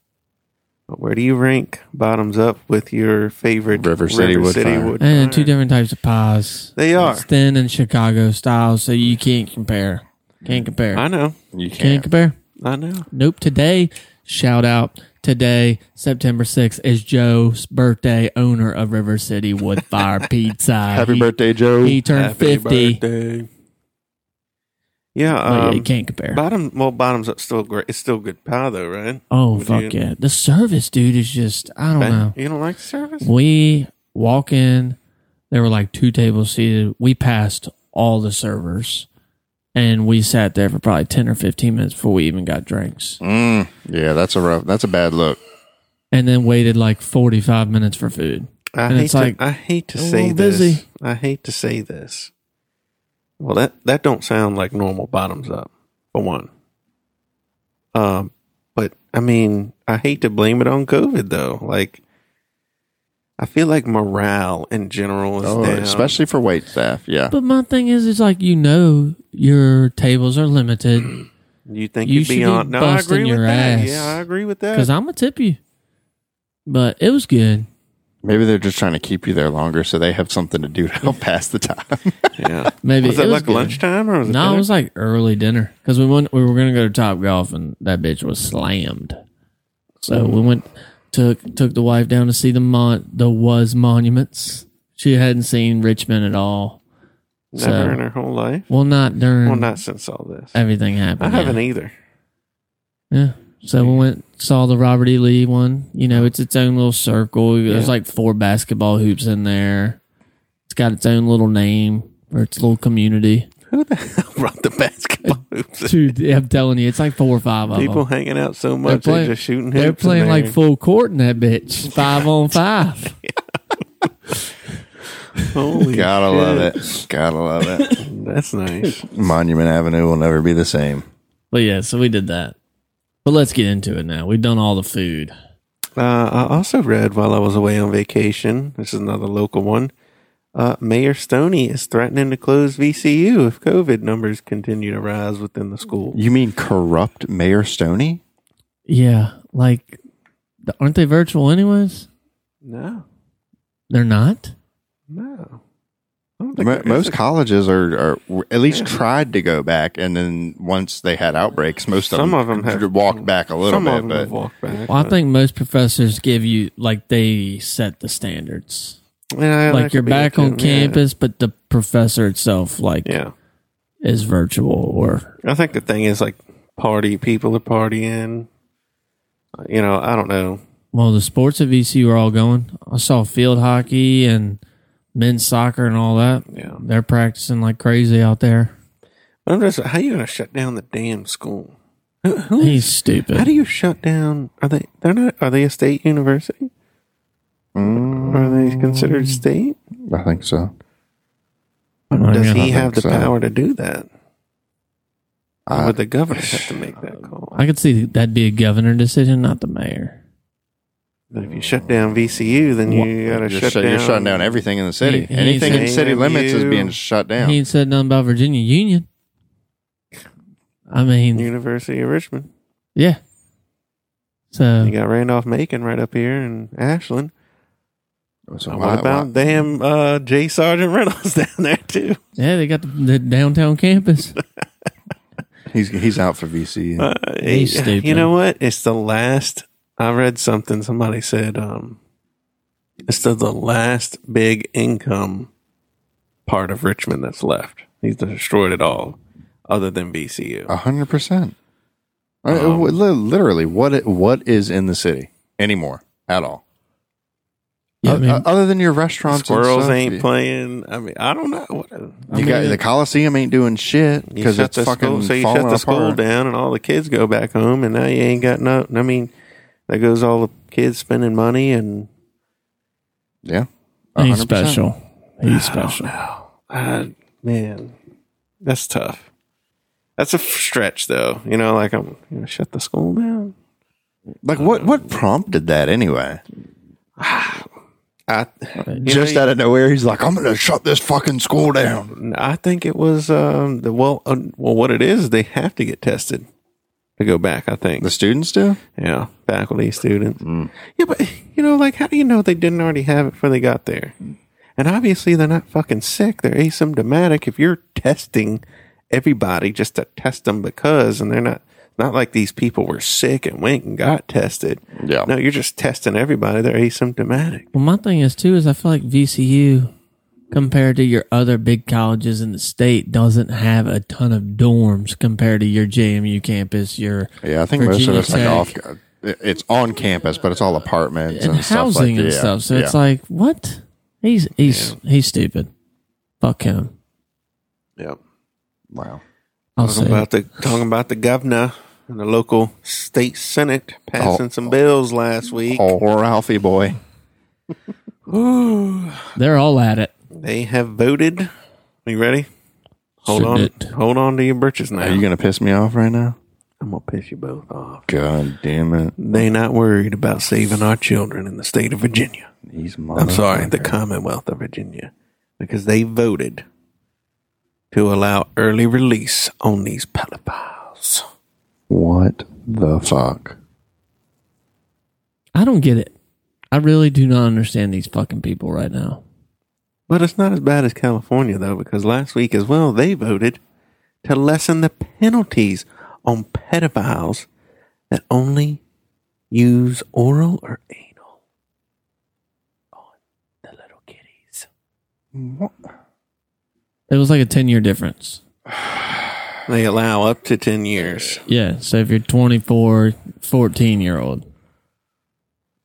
Speaker 2: But where do you rank bottoms up with your favorite
Speaker 4: River City Wood Fire.
Speaker 3: And Eh, two
Speaker 2: Fire?
Speaker 3: different types of pies.
Speaker 2: They are.
Speaker 3: It's thin and Chicago style, so you can't compare. Can't compare.
Speaker 2: I know.
Speaker 4: You
Speaker 3: can't
Speaker 4: can't.
Speaker 3: compare.
Speaker 2: I know.
Speaker 3: Nope. Today, shout out. Today, September 6th, is Joe's birthday, owner of River
Speaker 2: [laughs]
Speaker 3: City Woodfire Pizza.
Speaker 4: Happy
Speaker 3: He-
Speaker 4: birthday, Joe.
Speaker 3: He turned
Speaker 2: Happy
Speaker 3: 50.
Speaker 2: birthday. Yeah,
Speaker 3: But Oh, yeah, you
Speaker 2: um,
Speaker 3: can't compare.
Speaker 2: bottom. Well, bottoms up still great. It's still good pie though, right?
Speaker 3: oh,
Speaker 2: Would
Speaker 3: fuck
Speaker 2: you-
Speaker 3: yeah. The service, dude, is just, I don't know.
Speaker 2: You don't like the service?
Speaker 3: We walk in, there were like two tables seated. We passed all the servers and we sat there for probably 10 or 15 minutes before we even got drinks.
Speaker 4: Mm, yeah, that's a rough. That's a bad look.
Speaker 3: And then waited like 45 minutes for food.
Speaker 2: I
Speaker 3: And
Speaker 2: hate
Speaker 3: it's
Speaker 2: to,
Speaker 3: like,
Speaker 2: I hate to
Speaker 3: "I'm a
Speaker 2: say
Speaker 3: little
Speaker 2: this.
Speaker 3: busy."
Speaker 2: I hate to say this. Well, that that don't sound like normal bottoms up for one. Um, but I mean, I hate to blame it on COVID though. Like, I feel like morale in general is
Speaker 4: Oh,
Speaker 2: down.
Speaker 4: especially for wait staff. Yeah,
Speaker 3: But my thing is, it's like you know your tables are limited
Speaker 2: you think
Speaker 3: you
Speaker 2: you'd
Speaker 3: should
Speaker 2: be
Speaker 3: be
Speaker 2: on? No, I
Speaker 3: busting
Speaker 2: agree with
Speaker 3: your
Speaker 2: that.
Speaker 3: ass.
Speaker 2: Yeah, I agree with that.
Speaker 3: because I'm gonna tip you. But it was good.
Speaker 4: maybe they're just trying to keep you there longer so they have something to do to help pass the time.
Speaker 3: [laughs]
Speaker 2: yeah,
Speaker 3: Maybe
Speaker 2: was it,
Speaker 3: was
Speaker 2: like
Speaker 3: good.
Speaker 2: lunchtime or was it?
Speaker 3: No,
Speaker 2: dinner?
Speaker 3: it was like early dinner because we went. We were gonna go to Top Golf and that bitch was slammed. So we went took took the wife down to see the mon the was monuments. She hadn't seen Richmond at all.
Speaker 2: never
Speaker 3: so-
Speaker 2: in her whole life.
Speaker 3: Well, not during
Speaker 2: Well, not since all this.
Speaker 3: everything
Speaker 2: I
Speaker 3: happened.
Speaker 2: haven't e- either. [laughs]
Speaker 3: Yeah. So we went saw the Robert E. Lee one. You know, it's its own little circle. There's like four basketball hoops in there. It's got its own little name or its
Speaker 2: [laughs]
Speaker 3: little community.
Speaker 2: Who the hell brought the basketball hoops?
Speaker 3: Dude, I'm telling you, it's like four or five of
Speaker 2: People
Speaker 3: them.
Speaker 2: hanging out so much, they're,
Speaker 3: playing-
Speaker 2: just shooting.
Speaker 3: They're
Speaker 2: hoops in
Speaker 3: playing like
Speaker 2: there.
Speaker 3: full court in that bitch, five on five.
Speaker 2: Holy
Speaker 4: Gotta
Speaker 2: shit.
Speaker 4: love it. Gotta love it.
Speaker 2: That's nice.
Speaker 4: [laughs] Monument Avenue will never be the same.
Speaker 3: [laughs] But yeah, so we did that. But let's get into it now. We've done all the food.
Speaker 2: Uh, I also read while I was away on vacation. This is another local one. Uh, Mayor Stoney is threatening to close VCU if COVID numbers continue to rise within the school.
Speaker 4: You mean corrupt Mayor Stoney?
Speaker 3: Yeah, like, the- aren't they virtual anyways?
Speaker 2: No,
Speaker 3: They're not.
Speaker 2: no. I don't think
Speaker 4: Mo-
Speaker 2: there is
Speaker 4: Most
Speaker 2: a-
Speaker 4: colleges are, are were at least tried to go back, and then once they had outbreaks, most of
Speaker 2: Some
Speaker 4: them,
Speaker 2: of them have-
Speaker 4: walked back a little
Speaker 2: some of them
Speaker 4: bit. But
Speaker 2: have walked back.
Speaker 3: Well, I
Speaker 2: but-
Speaker 3: think most professors give you like they set the standards.
Speaker 2: Yeah, that
Speaker 3: Like
Speaker 2: could
Speaker 3: you're
Speaker 2: be it,
Speaker 3: back on
Speaker 2: too. Yeah.
Speaker 3: campus, but the professor itself like
Speaker 2: Yeah,
Speaker 3: is virtual or
Speaker 2: I think the thing is like party people are partying. Uh, You know, I don't know.
Speaker 3: well, the sports at VCU are all going. I saw field hockey and men's soccer and all that.
Speaker 2: Yeah.
Speaker 3: They're practicing like crazy out there.
Speaker 2: But I'm just how you gonna shut down the damn school? Who, who
Speaker 3: He's
Speaker 2: is,
Speaker 3: stupid.
Speaker 2: how do you shut down? Are they? They're not. Are they a state university? Are they
Speaker 3: Mm.
Speaker 2: considered state?
Speaker 4: Mm, I think so.
Speaker 3: not
Speaker 2: Does
Speaker 3: even-
Speaker 2: he
Speaker 4: I
Speaker 2: have the
Speaker 4: think so.
Speaker 2: power to do that? Or
Speaker 4: I,
Speaker 2: would the governor have to make that call?
Speaker 3: I could see that'd be a governor decision, not the mayor.
Speaker 2: But if you shut down VCU, then you gotta
Speaker 4: you're,
Speaker 2: shut
Speaker 4: shut-
Speaker 2: down.
Speaker 4: you're shutting down everything in the city.
Speaker 3: He- he's
Speaker 4: Anything in
Speaker 2: a-
Speaker 4: city limits is
Speaker 2: AMU.
Speaker 4: being shut down.
Speaker 3: He ain't said nothing about Virginia Union. I mean,
Speaker 2: University of Richmond.
Speaker 3: yeah. So
Speaker 2: You got Randolph Macon right up here in Ashland.
Speaker 4: So
Speaker 2: what about damn uh, J. Sergeant Reynolds [laughs] down there too?
Speaker 3: Yeah, they got the, the downtown
Speaker 4: [laughs]
Speaker 3: campus.
Speaker 4: Uh, He's he's out for VC.
Speaker 2: Uh,
Speaker 3: He's
Speaker 2: yeah,
Speaker 3: stupid.
Speaker 2: You know what? It's the last. I read something. Somebody said um, It's the, the last big income part of Richmond that's left. He's destroyed it all, other than BCU.
Speaker 4: A hundred percent. I- I- li- Literally, what it, what is in the city anymore at all?
Speaker 3: Yeah, I
Speaker 4: O-
Speaker 3: mean-
Speaker 4: o- other than your restaurants, and
Speaker 2: Squirrels
Speaker 4: stuff,
Speaker 2: ain't
Speaker 4: you-
Speaker 2: playing. I mean, I don't know. What,
Speaker 4: You got the Coliseum ain't doing shit
Speaker 2: you
Speaker 4: because
Speaker 2: shut
Speaker 4: it's
Speaker 2: the
Speaker 4: fucking
Speaker 2: school, so you
Speaker 4: falling
Speaker 2: shut the school
Speaker 4: apart.
Speaker 2: down, and all the kids go back home, and now you ain't got no. I mean, there goes all the kids spending money, and
Speaker 4: Yeah, a
Speaker 3: He's
Speaker 4: uh, hundred percent.
Speaker 3: special. He's special.
Speaker 2: uh, man, that's tough. That's a f- stretch, though. You know, like I'm you know, shut the school down.
Speaker 4: Like what? What prompted that anyway?
Speaker 2: I,
Speaker 4: Just out of nowhere, he's like, "I'm gonna shut this fucking school down."
Speaker 2: I think it was um, the well, uh, well, what it is, they have to get tested to go back. I think
Speaker 4: The students do.
Speaker 2: Yeah,
Speaker 4: Mm.
Speaker 2: faculty, students. Yeah, but you know, like, how do you know they didn't already have it before they got there? And obviously, they're not fucking sick. They're asymptomatic. If you're testing everybody just to test them because, and they're not, not like these people were sick and went and got tested.
Speaker 4: Yeah.
Speaker 2: No, you're just testing everybody. They're asymptomatic.
Speaker 3: Well, my thing is too is I feel like VCU compared to your other big colleges in the state doesn't have a ton of dorms compared to your JMU campus. Your
Speaker 4: Yeah, I think
Speaker 3: Virginia
Speaker 4: most of
Speaker 3: Tech,
Speaker 4: it's like off. uh, It's on campus, but it's all apartments
Speaker 3: and,
Speaker 4: and, stuff like
Speaker 3: housing
Speaker 4: that.
Speaker 3: and
Speaker 4: Yeah,
Speaker 3: stuff. So it's
Speaker 4: yeah.
Speaker 3: like what he's he's he's stupid. Fuck him.
Speaker 2: Yep.
Speaker 4: wow.
Speaker 3: I'll
Speaker 2: Talking
Speaker 3: say it.
Speaker 2: about the talking about the governor and the local state senate passing
Speaker 4: Oh.
Speaker 2: some bills last week.
Speaker 4: Oh, Ralphie boy.
Speaker 3: they're all at it.
Speaker 2: They have voted. Are you ready? Hold
Speaker 3: Sure
Speaker 2: on.
Speaker 3: did.
Speaker 2: Hold on to your britches now.
Speaker 4: Are you gonna piss me off right now?
Speaker 2: I'm gonna piss you both off.
Speaker 4: God damn it!
Speaker 2: They not worried about saving our children in the state of Virginia.
Speaker 4: These
Speaker 2: I'm sorry, the Commonwealth of Virginia. Because they voted to allow early release on these pedophiles.
Speaker 4: What the fuck?
Speaker 3: I don't get it. I really do not understand these fucking people right now.
Speaker 2: But it's not as bad as California though, because last week as well they voted to lessen the penalties on pedophiles that only use oral or anal on the little kitties.
Speaker 3: It was like a ten year difference.
Speaker 2: They allow up to ten years.
Speaker 3: Yeah. So if you're 24, 14 year old,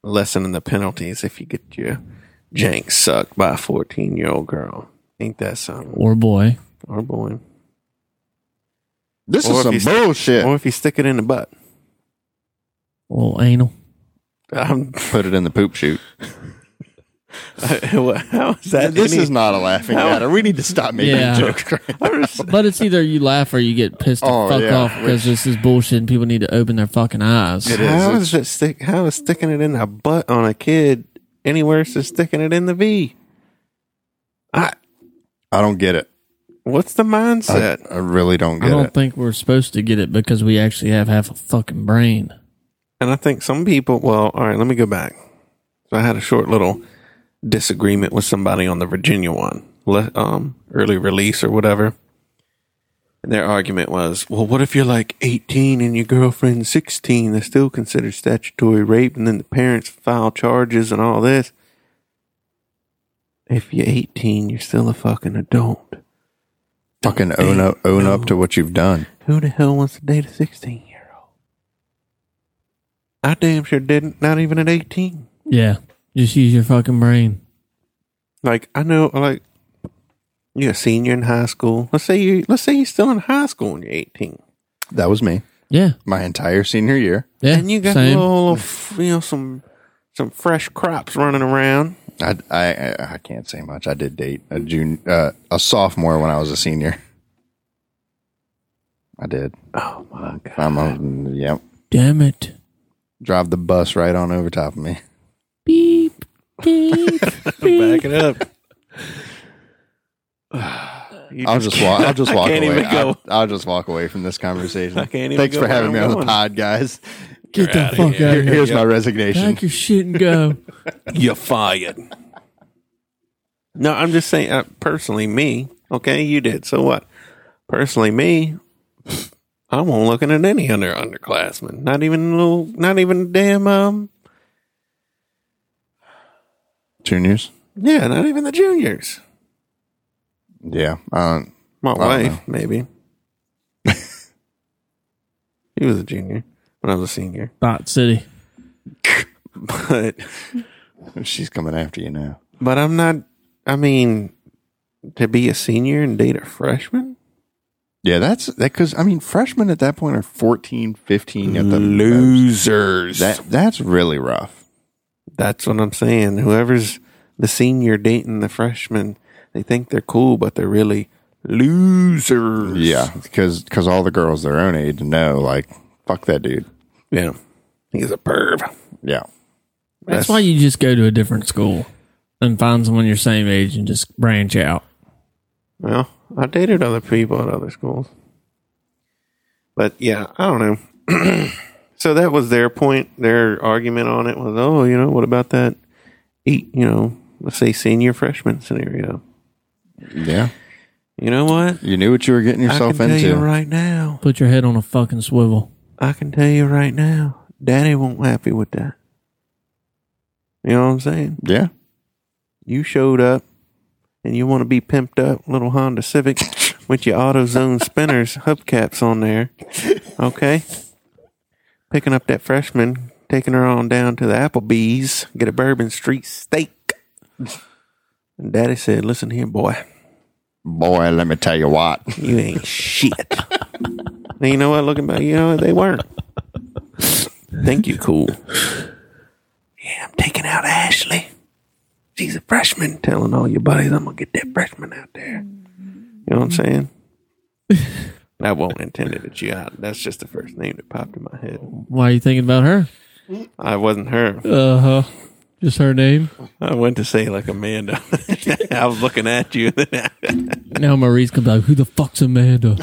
Speaker 2: Lessening the penalties if you get your jank sucked by a fourteen year old girl. Ain't that something?
Speaker 3: or boy.
Speaker 2: Or boy.
Speaker 4: This
Speaker 2: Or
Speaker 4: is
Speaker 2: if
Speaker 4: some
Speaker 2: you st-
Speaker 4: bullshit.
Speaker 2: Or if you stick it in the butt. [laughs]
Speaker 3: Well, anal.
Speaker 2: I'm,
Speaker 4: Put it in the poop chute.
Speaker 2: how is that?
Speaker 4: this
Speaker 2: any-
Speaker 4: is not a laughing matter. We need to stop making
Speaker 3: Yeah.
Speaker 4: jokes. [laughs]
Speaker 3: But it's either you laugh or you get pissed the
Speaker 4: Oh,
Speaker 3: fuck
Speaker 4: yeah,
Speaker 3: off because this is bullshit and people need to open their fucking eyes.
Speaker 4: It
Speaker 2: How
Speaker 4: is.
Speaker 2: is it stick? How is sticking it in a butt on a kid any worse than sticking it in the V? I,
Speaker 4: I don't get it.
Speaker 2: what's the
Speaker 4: I,
Speaker 2: mindset?
Speaker 4: I really don't
Speaker 3: I
Speaker 4: get
Speaker 3: don't
Speaker 4: it.
Speaker 3: think we're supposed to get it because we actually have half a fucking brain.
Speaker 2: and I think some people. Well, all right, let me go back. So I had a short little disagreement with somebody on the Virginia one, le- um, early release or whatever. And their argument was, well, what if you're like 18 and your girlfriend's 16? That's still considered statutory rape, and then the parents file charges and all this. If you're 18, you're still a fucking adult.
Speaker 4: Fucking own up, own up to what you've done.
Speaker 2: Who the hell wants to date a 16 year old? I damn sure didn't, not even at 18.
Speaker 3: Yeah. Just use your fucking brain.
Speaker 2: like I know like you're a senior in high school. Let's say you let's say you're still in high school when you're eighteen.
Speaker 4: That was me.
Speaker 3: Yeah.
Speaker 4: My entire senior year,
Speaker 3: Yeah.
Speaker 2: and you got
Speaker 3: same.
Speaker 2: little f- you know some some fresh crops running around.
Speaker 4: I, I I- I can't say much. I did date a junior, uh, a sophomore when I was a senior. I did.
Speaker 2: Oh my god.
Speaker 4: I'm a yep.
Speaker 3: Damn it.
Speaker 4: Drive the bus right on over top of me.
Speaker 3: Beep. Beep. beep.
Speaker 2: Back it up. [laughs] You
Speaker 4: I'll just walk.
Speaker 2: [laughs]
Speaker 4: I'll just
Speaker 2: I
Speaker 4: walk
Speaker 2: can't
Speaker 4: away.
Speaker 2: even go.
Speaker 4: I, will just walk away from this conversation.
Speaker 2: I can't even
Speaker 4: Thanks
Speaker 2: go
Speaker 4: for having me
Speaker 2: where I'm
Speaker 4: on the
Speaker 2: going. [laughs]
Speaker 4: pod, guys.
Speaker 3: Get the fuck out
Speaker 4: Here-
Speaker 3: of here.
Speaker 4: here's my resignation.
Speaker 3: Pack your shit and [laughs] go.
Speaker 2: You're fired. No, I'm just saying, uh, personally, me, okay, you did. So what? Personally, me, I won't looking at any under underclassmen. Not even little, not even damn, um,
Speaker 4: Juniors.
Speaker 2: Yeah, not even the juniors.
Speaker 4: Yeah. Uh,
Speaker 2: My
Speaker 4: don't
Speaker 2: wife, maybe. he was a junior when I was a senior, [laughs]
Speaker 3: Bot City.
Speaker 2: but
Speaker 4: she's coming after you now.
Speaker 2: but I'm not. I mean, to be a senior and date a freshman,
Speaker 4: Yeah, that's that because I mean, freshmen at that point are 14, 15 at the
Speaker 2: Mm.
Speaker 4: most.
Speaker 2: losers.
Speaker 4: That that's really rough.
Speaker 2: That's what I'm saying. Whoever's the senior dating the freshman, they think they're cool, but they're really losers.
Speaker 4: Yeah, because all the girls their own age know like fuck that dude.
Speaker 2: yeah. He's a perv.
Speaker 4: Yeah,
Speaker 3: That's why you just go to a different school and find someone your same age and just branch out.
Speaker 2: Well, I dated other people at other schools. But yeah, I don't know. [clears throat] so that was their point. Their argument on it was, oh, you know, what about that eight, you know, let's say senior freshman scenario.
Speaker 4: yeah.
Speaker 2: You know what?
Speaker 4: You knew what you were getting yourself
Speaker 2: I can
Speaker 4: into.
Speaker 2: tell you right now.
Speaker 3: Put your head on a fucking swivel.
Speaker 2: I can tell you right now. Daddy won't happy with that. You know what I'm saying?
Speaker 4: Yeah,
Speaker 2: You showed up and you want to be pimped up little Honda Civic with your AutoZone spinners hubcaps on there. Okay? Picking up that freshman, taking her on down to the Applebee's, get a Bourbon Street steak. And Daddy said, Listen here, boy,
Speaker 4: boy, let me tell you what.
Speaker 2: you ain't shit. and you know what? Looking back, you know what? They weren't. Think you cool. Yeah, I'm taking out Ashley. She's a freshman. Telling all your buddies, I'm gonna get that freshman out there. You know what I'm saying? I won't intend it at you. I- That's just the first name that popped in my head.
Speaker 3: Why are you thinking about her?
Speaker 2: I wasn't her.
Speaker 3: Uh huh. Just her name.
Speaker 2: I went to say like Amanda. [laughs] I was looking at you. [laughs]
Speaker 3: Now Marie's gonna be like, "Who the fuck's Amanda?"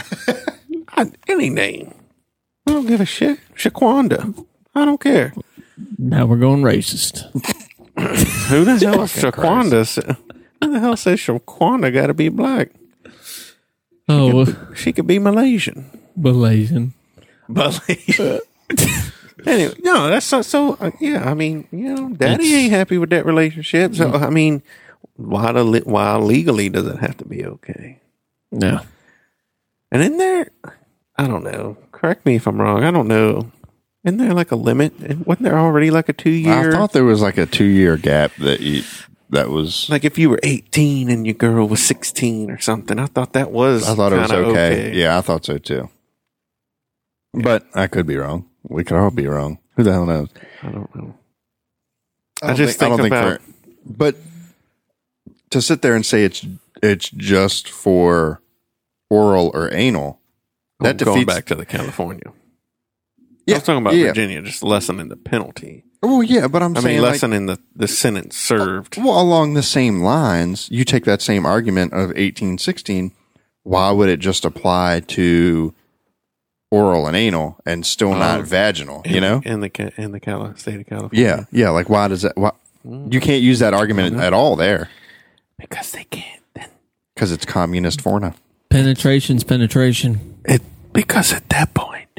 Speaker 2: I, any name. I don't give a shit. Shaquanda. I don't care.
Speaker 3: now we're going racist.
Speaker 2: Who the hell is Shaquanda? sa- Who the hell says Shaquanda got to be black?
Speaker 3: Oh, well,
Speaker 2: She could be Malaysian.
Speaker 3: Malaysian.
Speaker 2: Malaysian. [laughs] anyway, no, that's so. so uh, yeah, I mean, you know, Daddy
Speaker 3: It's-
Speaker 2: ain't happy with that relationship. So I mean, why the li- why legally does it have to be okay?
Speaker 3: No.
Speaker 2: And in there, I don't know. Correct me if I'm wrong. I don't know. Isn't there like a limit? Wasn't there already like a two
Speaker 4: I
Speaker 2: year?
Speaker 4: thought there was like a two year gap that you that was.
Speaker 2: like if you were 18 and your girl was 16 or something. I thought that was.
Speaker 4: I thought it was
Speaker 2: kinda
Speaker 4: okay. Yeah, I thought so too. But I could be wrong. We could all be wrong. Who the hell knows?
Speaker 2: I don't know.
Speaker 4: I,
Speaker 2: don't just think about-
Speaker 4: for- but to sit there and say it's it's just for oral or anal. That
Speaker 2: I'm going
Speaker 4: defeats-
Speaker 2: back to the California. I
Speaker 4: Yeah,
Speaker 2: was talking about
Speaker 4: yeah.
Speaker 2: Virginia, just lessening the penalty.
Speaker 4: Oh yeah, but I'm
Speaker 2: i mean,
Speaker 4: saying like,
Speaker 2: lessening the, the sentence served.
Speaker 4: well along the same lines. You take that same argument of eighteen sixteen. Why would it just apply to oral and anal and still not
Speaker 2: Oh.
Speaker 4: vaginal? You know,
Speaker 2: in the ca- in the Cali- state of California,
Speaker 4: yeah, yeah. Like why does that? Why you can't use that argument
Speaker 2: Mm-hmm.
Speaker 4: at all there
Speaker 2: because they can't. Then
Speaker 4: because it's communist porno.
Speaker 3: Penetration's penetration.
Speaker 2: it because at that point,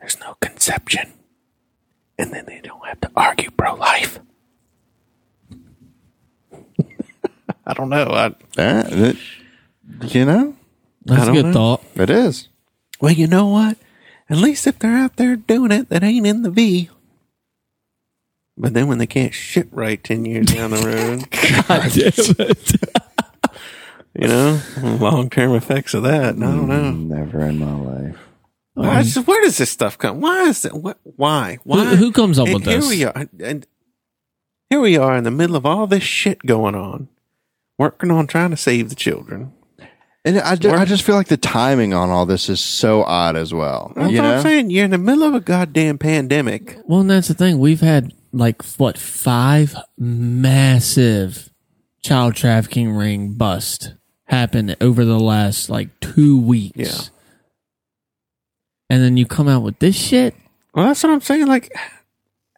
Speaker 2: there's no conception, and then they don't have to argue pro life. [laughs] I don't know. I,
Speaker 4: That, that you know,
Speaker 3: That's a
Speaker 2: don't
Speaker 3: good
Speaker 2: know.
Speaker 3: [laughs] thought.
Speaker 4: it is.
Speaker 2: well, you know what? At least if they're out there doing it, that ain't in the V. But then when they can't shit right ten years down the road.
Speaker 3: [laughs] God damn it.
Speaker 2: you know, long term effects of that. I don't know.
Speaker 4: Never in my life.
Speaker 2: Why is- where does this stuff come? Why is it? What? Why? Why?
Speaker 3: Who, who comes up
Speaker 2: and
Speaker 3: with
Speaker 2: here
Speaker 3: this?
Speaker 2: we are, and here we are in the middle of all this shit going on, working on trying to save the children.
Speaker 4: And I just, I just feel like the timing on all this is so odd as well.
Speaker 2: That's
Speaker 4: you
Speaker 2: what I'm
Speaker 4: know?
Speaker 2: saying. You're in the middle of a goddamn pandemic.
Speaker 3: Well, and that's the thing. We've had like what five massive child trafficking ring bust happen over the last like two weeks.
Speaker 2: Yeah.
Speaker 3: And then you come out with this shit.
Speaker 2: Well, that's what I'm saying. Like,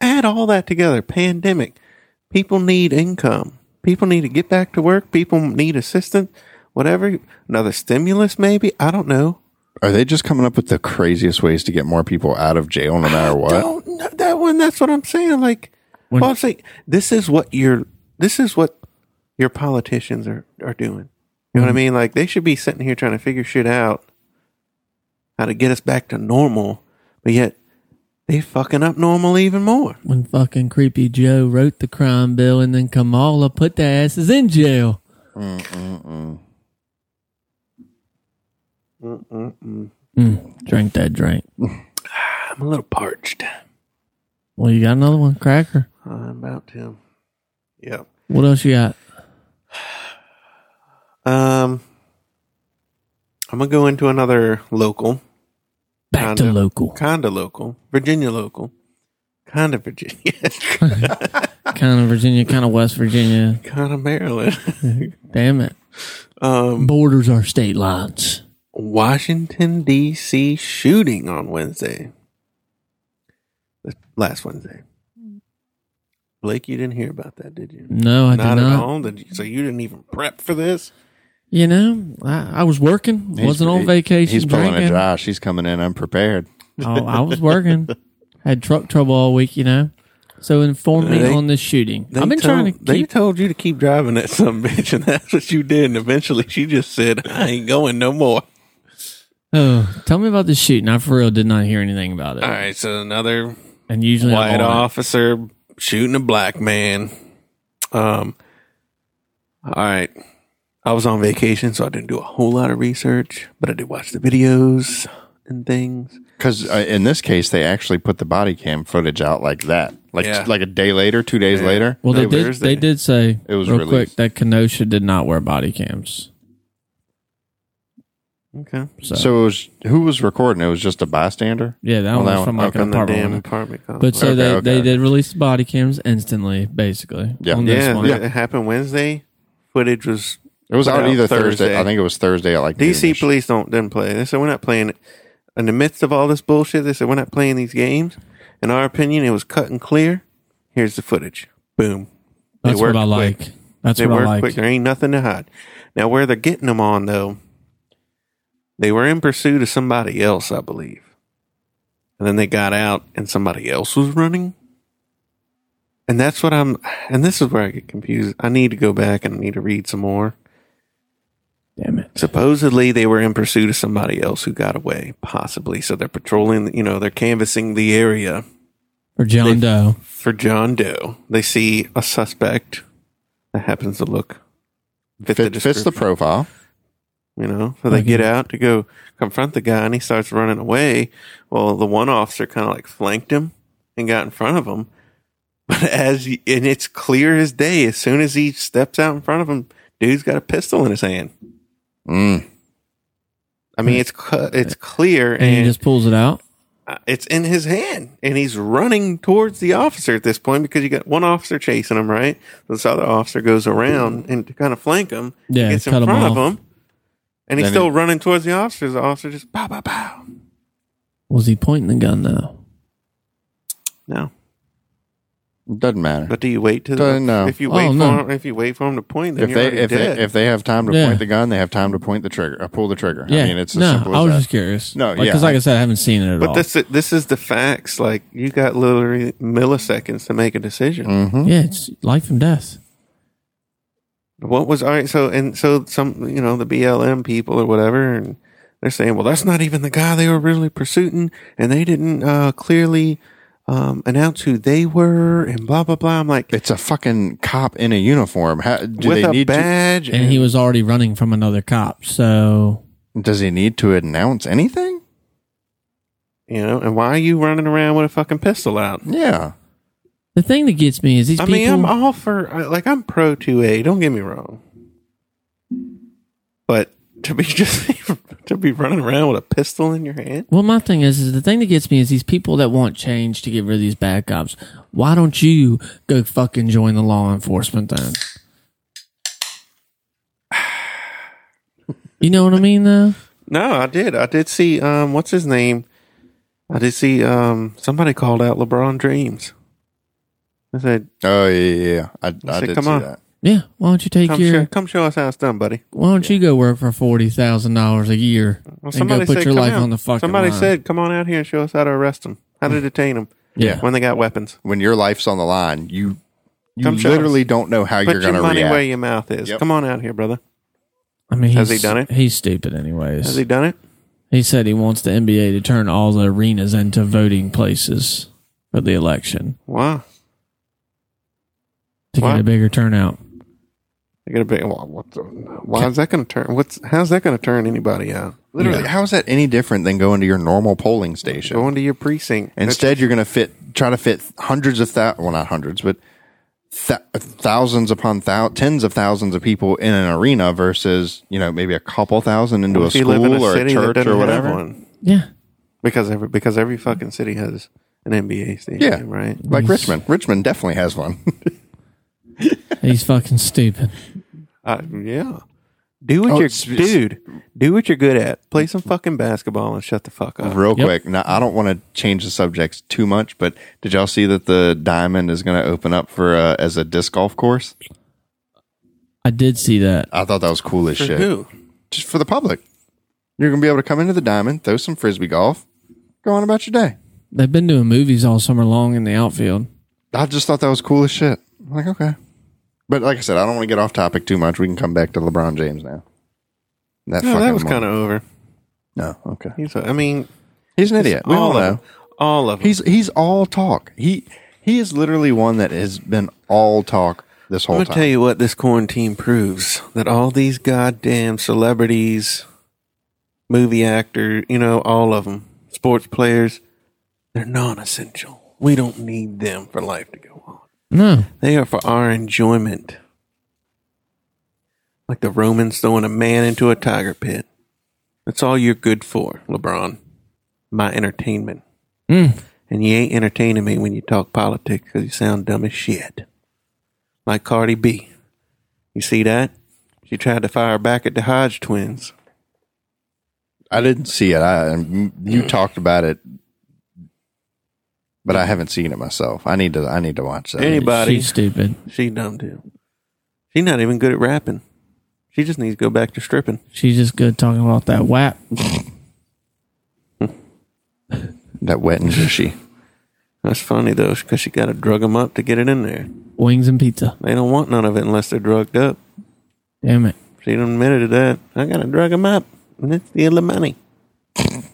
Speaker 2: add all that together. Pandemic. People need income. People need to get back to work. People need assistance. Whatever. Another stimulus, maybe. I don't know.
Speaker 4: Are they just coming up with the craziest ways to get more people out of jail no matter what?
Speaker 2: Don't know that one. That's what I'm saying. Like,
Speaker 3: When-
Speaker 2: well, I'm saying this is what you're this is what your politicians are, are doing. You know what I mean? Like they should be sitting here trying to figure shit out how to get us back to normal, but yet they fucking up normal even more.
Speaker 3: When fucking creepy Joe wrote the crime bill and then Kamala put their asses in jail. Mm, drink that drink.
Speaker 2: I'm a little parched.
Speaker 3: Well, you got another one, cracker.
Speaker 2: I'm about to. Yep.
Speaker 3: What else you got?
Speaker 2: Um, I'm gonna go into another local,
Speaker 3: Back to
Speaker 2: Kinda.
Speaker 3: local.
Speaker 2: kinda local, Virginia local, kinda Virginia, [laughs]
Speaker 3: Kind of Virginia, kind of West Virginia.
Speaker 2: kinda Maryland,
Speaker 3: Damn it.
Speaker 2: um,
Speaker 3: Borders our state lines.
Speaker 2: Washington D.C. shooting on Wednesday, This- last Wednesday. Blake, you didn't hear about that, did you?
Speaker 3: No, I
Speaker 2: not
Speaker 3: did
Speaker 2: at
Speaker 3: not.
Speaker 2: all. Did you, so you didn't even prep for this.
Speaker 3: You know, I, I was working,
Speaker 4: He's-
Speaker 3: wasn't on
Speaker 4: he-
Speaker 3: vacation.
Speaker 4: He's pulling
Speaker 3: drinking.
Speaker 4: a Josh. He's coming in unprepared.
Speaker 3: oh, I was working. Had truck trouble all week, you know. So inform me
Speaker 2: They-
Speaker 3: on this shooting.
Speaker 2: They
Speaker 3: I've been
Speaker 2: told-
Speaker 3: trying to
Speaker 2: They
Speaker 3: keep.
Speaker 2: told you to keep driving that [laughs] some bitch, and that's what you did. And eventually, she just said, "I ain't going no more."
Speaker 3: oh, tell me about this shooting. I for real did not hear anything about it.
Speaker 2: All right, so another
Speaker 3: And usually, I'm
Speaker 2: white
Speaker 3: on it.
Speaker 2: officer shooting a black man. Um. All right, I was on vacation, so I didn't do a whole lot of research, but I did watch the videos and things.
Speaker 4: Because uh, in this case, they actually put the body cam footage out like that, like
Speaker 2: Yeah.
Speaker 4: like a day later, two days later.
Speaker 3: Well, they
Speaker 2: They-
Speaker 3: did.
Speaker 2: where's
Speaker 3: They
Speaker 2: the-
Speaker 3: did say
Speaker 4: It was
Speaker 3: real quick
Speaker 4: released.
Speaker 3: that Kenosha did not wear body cams.
Speaker 2: Okay,
Speaker 3: So,
Speaker 4: So it was who was recording? It was just a bystander.
Speaker 3: yeah, that
Speaker 4: Oh,
Speaker 3: one
Speaker 4: that
Speaker 3: was from
Speaker 4: one.
Speaker 3: like
Speaker 2: from
Speaker 3: an
Speaker 2: the damn
Speaker 3: apartment.
Speaker 2: apartment complex.
Speaker 3: But so
Speaker 4: Okay,
Speaker 3: they,
Speaker 4: okay,
Speaker 3: they
Speaker 4: okay.
Speaker 3: did release the body cams instantly, basically.
Speaker 4: Yeah.
Speaker 3: on this
Speaker 2: yeah,
Speaker 3: one.
Speaker 2: th- it happened Wednesday. Footage was
Speaker 4: It was
Speaker 2: Put
Speaker 4: out
Speaker 2: out
Speaker 4: either Thursday.
Speaker 2: Thursday.
Speaker 4: I think it was Thursday at like
Speaker 2: DC
Speaker 4: noonish.
Speaker 2: police don't didn't play. They said we're not playing it. In the midst of all this bullshit, they said we're not playing these games. In our opinion, it was cut and clear. Here's the footage. Boom. They
Speaker 3: That's what
Speaker 2: worked
Speaker 3: I
Speaker 2: quick.
Speaker 3: like. That's
Speaker 2: They
Speaker 3: what I
Speaker 2: work
Speaker 3: like.
Speaker 2: quick. There ain't nothing to hide. Now where they're getting them on though, they were in pursuit of somebody else, I believe. And then they got out and somebody else was running. And that's what I'm and this is where I get confused. I need to go back and I need to read some more.
Speaker 3: Damn it.
Speaker 2: Supposedly, they were in pursuit of somebody else who got away, possibly. So they're patrolling, you know, they're canvassing the area
Speaker 3: Or John Doe.
Speaker 2: for John Doe. They see a suspect that happens to look fit
Speaker 4: Fit, fits the
Speaker 2: description,
Speaker 4: profile.
Speaker 2: you know. So they
Speaker 3: Okay.
Speaker 2: get out to go confront the guy, and he starts running away. Well, the one officer kind of like flanked him and got in front of him. But as he, and it's clear as day, as soon as he steps out in front of him, dude's got a pistol in his hand.
Speaker 4: Mm.
Speaker 2: I mean, it's cu- it's clear,
Speaker 3: And, he just pulls it out.
Speaker 2: Uh, it's in his hand and he's running towards the officer at this point because you got one officer chasing him, right? This other officer goes around and to kind of flank him,
Speaker 3: Yeah,
Speaker 2: gets
Speaker 3: cut
Speaker 2: in
Speaker 3: him
Speaker 2: front of
Speaker 3: off.
Speaker 2: him, and he's
Speaker 4: Then
Speaker 2: still
Speaker 4: he-
Speaker 2: running towards the officer. The officer just pow, pow, pow.
Speaker 3: Was he pointing the gun though?
Speaker 2: No,
Speaker 4: Doesn't matter.
Speaker 2: but do you wait to
Speaker 4: Uh,
Speaker 2: the,
Speaker 4: no.
Speaker 2: if you
Speaker 3: Oh,
Speaker 2: wait for
Speaker 3: no.
Speaker 2: him if you wait for him to point, then
Speaker 4: if
Speaker 2: you're
Speaker 4: they
Speaker 2: already
Speaker 4: if
Speaker 2: dead.
Speaker 4: they if they have time to
Speaker 3: Yeah.
Speaker 4: point the gun, they have time to point the trigger, uh, pull the trigger.
Speaker 3: Yeah.
Speaker 4: I mean, it's as
Speaker 3: no,
Speaker 4: simple as
Speaker 3: I was
Speaker 4: that.
Speaker 3: just curious.
Speaker 4: No,
Speaker 3: like,
Speaker 4: yeah,
Speaker 3: Because, like
Speaker 4: I-
Speaker 3: I said, I haven't seen it at
Speaker 2: but
Speaker 3: all.
Speaker 2: this this is the facts. Like you got literally milliseconds to make a decision.
Speaker 4: Mm-hmm.
Speaker 3: yeah, it's life and death.
Speaker 2: What was all right? So and so some you know the BLM people or whatever, and they're saying, well, that's not even the guy they were really pursuing, and they didn't uh, clearly um, announce who they were, and blah blah blah. I'm like,
Speaker 4: It's a fucking cop in a uniform. How, do
Speaker 2: with
Speaker 4: they
Speaker 2: a
Speaker 4: need
Speaker 2: badge,
Speaker 3: And he was already running from another cop. So,
Speaker 4: to? Does he need to announce anything?
Speaker 2: you know, and why are you running around with a fucking pistol out?
Speaker 4: Yeah.
Speaker 3: the thing that gets me is these
Speaker 2: I
Speaker 3: people.
Speaker 2: mean, I'm all for I- like I'm pro two A. Don't get me wrong, but to be [laughs] just to be running around with a pistol in your hand,
Speaker 3: Well, my thing is, is the thing that gets me is these people that want change to get rid of these bad cops. Why don't you go fucking join the law enforcement then? You know what I mean, though.
Speaker 2: No, I did. I did see um what's his name? I did see um somebody called out LeBron James. I said,
Speaker 4: Oh yeah, yeah. yeah. I, I,
Speaker 2: said,
Speaker 4: did
Speaker 2: "Come
Speaker 4: see
Speaker 2: on."
Speaker 4: that.
Speaker 3: Yeah. Why don't you take
Speaker 2: come,
Speaker 3: your
Speaker 2: show, come show us how it's done, buddy.
Speaker 3: Why don't you go work for forty thousand dollars a year
Speaker 2: Well,
Speaker 3: and go
Speaker 2: somebody
Speaker 3: put
Speaker 2: said,
Speaker 3: your
Speaker 2: "Come
Speaker 3: life
Speaker 2: out."
Speaker 3: on the fucking
Speaker 2: Somebody
Speaker 3: line?
Speaker 2: said, come on out here and show us how to arrest them, how to detain them
Speaker 3: Yeah.
Speaker 2: when they got weapons.
Speaker 4: When your life's on the line, you You
Speaker 2: Come show us.
Speaker 4: literally don't know how
Speaker 2: Put
Speaker 4: you're
Speaker 2: your
Speaker 4: going to
Speaker 2: money
Speaker 4: react.
Speaker 2: where your mouth is.
Speaker 4: Yep.
Speaker 2: Come on out here, brother.
Speaker 3: I mean,
Speaker 2: Has
Speaker 3: he's-
Speaker 2: he done it?
Speaker 3: He's stupid, anyways.
Speaker 2: Has he done it?
Speaker 3: He said he wants the NBA to turn all the arenas into voting places for the election
Speaker 2: Wow.
Speaker 3: to
Speaker 2: What?
Speaker 3: get a bigger turnout.
Speaker 2: They got a big. Well, what the, why is that going to turn? What's how's that going to turn anybody out?
Speaker 4: Literally, how is that any different than going to your normal polling station?
Speaker 2: Go into your precinct.
Speaker 4: Instead, you're going to fit, try to fit hundreds of thou well, not hundreds, but th- thousands upon thou- tens of thousands of people in an arena versus, you know, maybe a couple thousand into a
Speaker 2: If you live in
Speaker 4: school
Speaker 2: a
Speaker 4: or a
Speaker 2: city that
Speaker 4: church
Speaker 2: doesn't
Speaker 4: or
Speaker 2: have
Speaker 4: whatever.
Speaker 2: one,
Speaker 3: Yeah.
Speaker 2: because every because every fucking city has an NBA stadium,
Speaker 4: Yeah. Mm-hmm.
Speaker 2: right?
Speaker 4: Like Richmond. Richmond definitely has one. [laughs]
Speaker 3: He's fucking stupid.
Speaker 2: Uh, yeah. Do what
Speaker 4: Oh,
Speaker 2: you're
Speaker 4: it's- it's-
Speaker 2: dude. Do what you're good at. Play some fucking basketball and shut the fuck up.
Speaker 4: Real
Speaker 3: Yep.
Speaker 4: quick. Now, I don't want to change the subjects too much, but did y'all see that the Diamond is going to open up for uh, as a disc golf course?
Speaker 3: I did see that.
Speaker 4: I thought that was cool as
Speaker 2: For
Speaker 4: shit.
Speaker 2: who?
Speaker 4: Just for the public. You're going to be able to come into the Diamond, throw some frisbee golf, go on about your day.
Speaker 3: They've been doing movies all summer long in the outfield.
Speaker 4: I just thought that was cool as shit. I'm like, okay. But like I said, I don't want to get off topic too much. We can come back to LeBron James now. That,
Speaker 2: No, that was
Speaker 4: moron.
Speaker 2: kind of over.
Speaker 4: no. Okay,
Speaker 2: He's. A, I mean,
Speaker 4: he's an idiot. We all
Speaker 2: all
Speaker 4: know.
Speaker 2: of them. All of them.
Speaker 4: He's he's all talk. He he is literally one that has been all talk this
Speaker 2: I'm
Speaker 4: whole
Speaker 2: gonna
Speaker 4: time.
Speaker 2: tell you what this quarantine proves: that all these goddamn celebrities, movie actor, you know, all of them, sports players, they're non-essential. We don't need them for life to go on.
Speaker 3: No.
Speaker 2: They are for our enjoyment. Like the Romans throwing a man into a tiger pit. That's all you're good for, LeBron. My entertainment.
Speaker 3: Mm.
Speaker 2: And you ain't entertaining me when you talk politics because you sound dumb as shit. Like Cardi B. You see that? She tried to fire back at the Hodge twins.
Speaker 4: I didn't see it. I you- you talked about it, but I haven't seen it myself. I need to I need to watch that.
Speaker 2: Anybody,
Speaker 3: She's stupid.
Speaker 2: she dumb too. She's not even good at rapping. She just needs to go back to stripping.
Speaker 3: She's just good talking about that whap.
Speaker 4: that wet and gushy.
Speaker 2: That's funny though, because she got to drug them up to get it in there.
Speaker 3: Wings and pizza.
Speaker 2: They don't want none of it unless they're drugged up.
Speaker 3: Damn it.
Speaker 2: She done admitted to that. I gotta drug him up, and it's the money.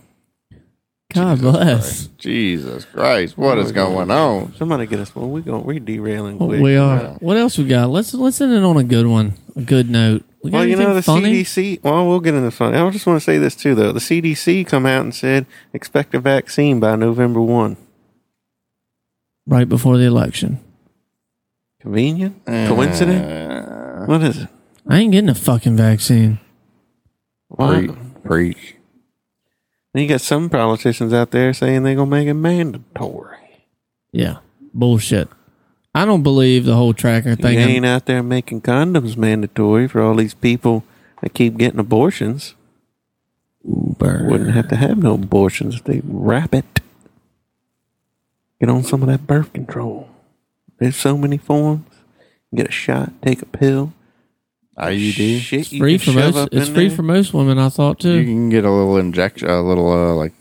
Speaker 3: [laughs] God bless.
Speaker 4: Jesus Christ, what is going on?
Speaker 2: Somebody get us. Well, we going we derailing quick.
Speaker 3: We are. What else we got? Let's let's end it on a good one. A good note. We got
Speaker 2: Well, you know
Speaker 3: anything
Speaker 2: the
Speaker 3: funny?
Speaker 2: CDC. Well, we'll get into fun. I just want to say this too, though. The CDC come out and said expect a vaccine by November one.
Speaker 3: right before the election.
Speaker 2: Convenient? Coincident?
Speaker 4: Uh,
Speaker 2: What is it?
Speaker 3: I ain't getting a fucking vaccine.
Speaker 2: Why?
Speaker 4: Preach. Preach.
Speaker 2: And you got some politicians out there saying they're gonna make it mandatory.
Speaker 3: Yeah, bullshit. I don't believe the whole tracker
Speaker 2: They
Speaker 3: thing.
Speaker 2: ain't out there making condoms mandatory for all these people that keep getting abortions.
Speaker 3: Uber.
Speaker 2: wouldn't have to have no abortions if they wrap it. Get on some of that birth control. There's so many forms. Get a shot, take a pill.
Speaker 4: IUD.
Speaker 2: Shit, you
Speaker 3: free
Speaker 2: can
Speaker 3: for
Speaker 2: shove
Speaker 3: most.
Speaker 2: up
Speaker 3: It's
Speaker 2: in
Speaker 3: free
Speaker 2: there.
Speaker 3: for most women. I thought
Speaker 4: You
Speaker 3: too.
Speaker 4: can get a little injection, a little uh, like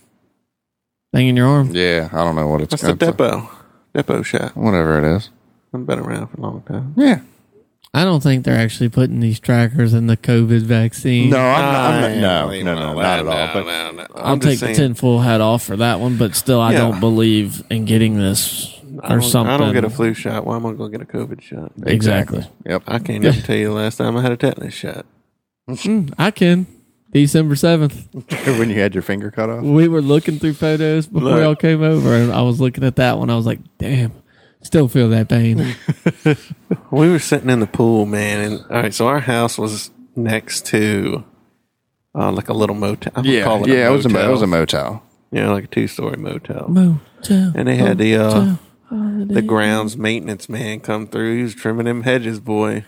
Speaker 3: Thing in your arm.
Speaker 4: yeah, I don't know what it's
Speaker 2: That's the
Speaker 4: called.
Speaker 2: depot. Depot shot.
Speaker 4: Whatever it is.
Speaker 2: I've been around for a long time.
Speaker 4: Yeah.
Speaker 3: I don't think they're actually putting these trackers in the COVID vaccine.
Speaker 4: No, I'm, I'm not. No,
Speaker 2: I
Speaker 4: no, no, not at all. But
Speaker 2: no, no.
Speaker 3: I'll
Speaker 2: I'm
Speaker 3: take
Speaker 2: just
Speaker 3: the
Speaker 2: saying,
Speaker 3: tinfoil hat off for that one, but still, I
Speaker 2: Yeah.
Speaker 3: don't believe in getting this
Speaker 2: I
Speaker 3: or
Speaker 2: don't,
Speaker 3: something.
Speaker 2: I don't get a flu shot. Why am I going to get a COVID shot?
Speaker 3: exactly.
Speaker 4: yep.
Speaker 2: I can't even tell you the last time I had a tetanus shot.
Speaker 3: Mm, I can. December seventh.
Speaker 4: [laughs] when you had your finger cut off.
Speaker 3: we were looking through photos before
Speaker 2: Look.
Speaker 3: y'all came over, and I was looking at that one. I was like, "Damn, still feel that
Speaker 2: [laughs]
Speaker 3: pain."
Speaker 2: We were sitting in the pool, man, and all right. So our house was next to uh, like a little motel. I would call it
Speaker 4: yeah.
Speaker 2: a
Speaker 4: It was a mo-
Speaker 2: motel.
Speaker 4: it was a motel.
Speaker 2: you know, like a two-story motel.
Speaker 3: Motel.
Speaker 2: And they had the uh,
Speaker 3: Motel holiday.
Speaker 2: the grounds maintenance man come through. He was trimming them hedges, boy.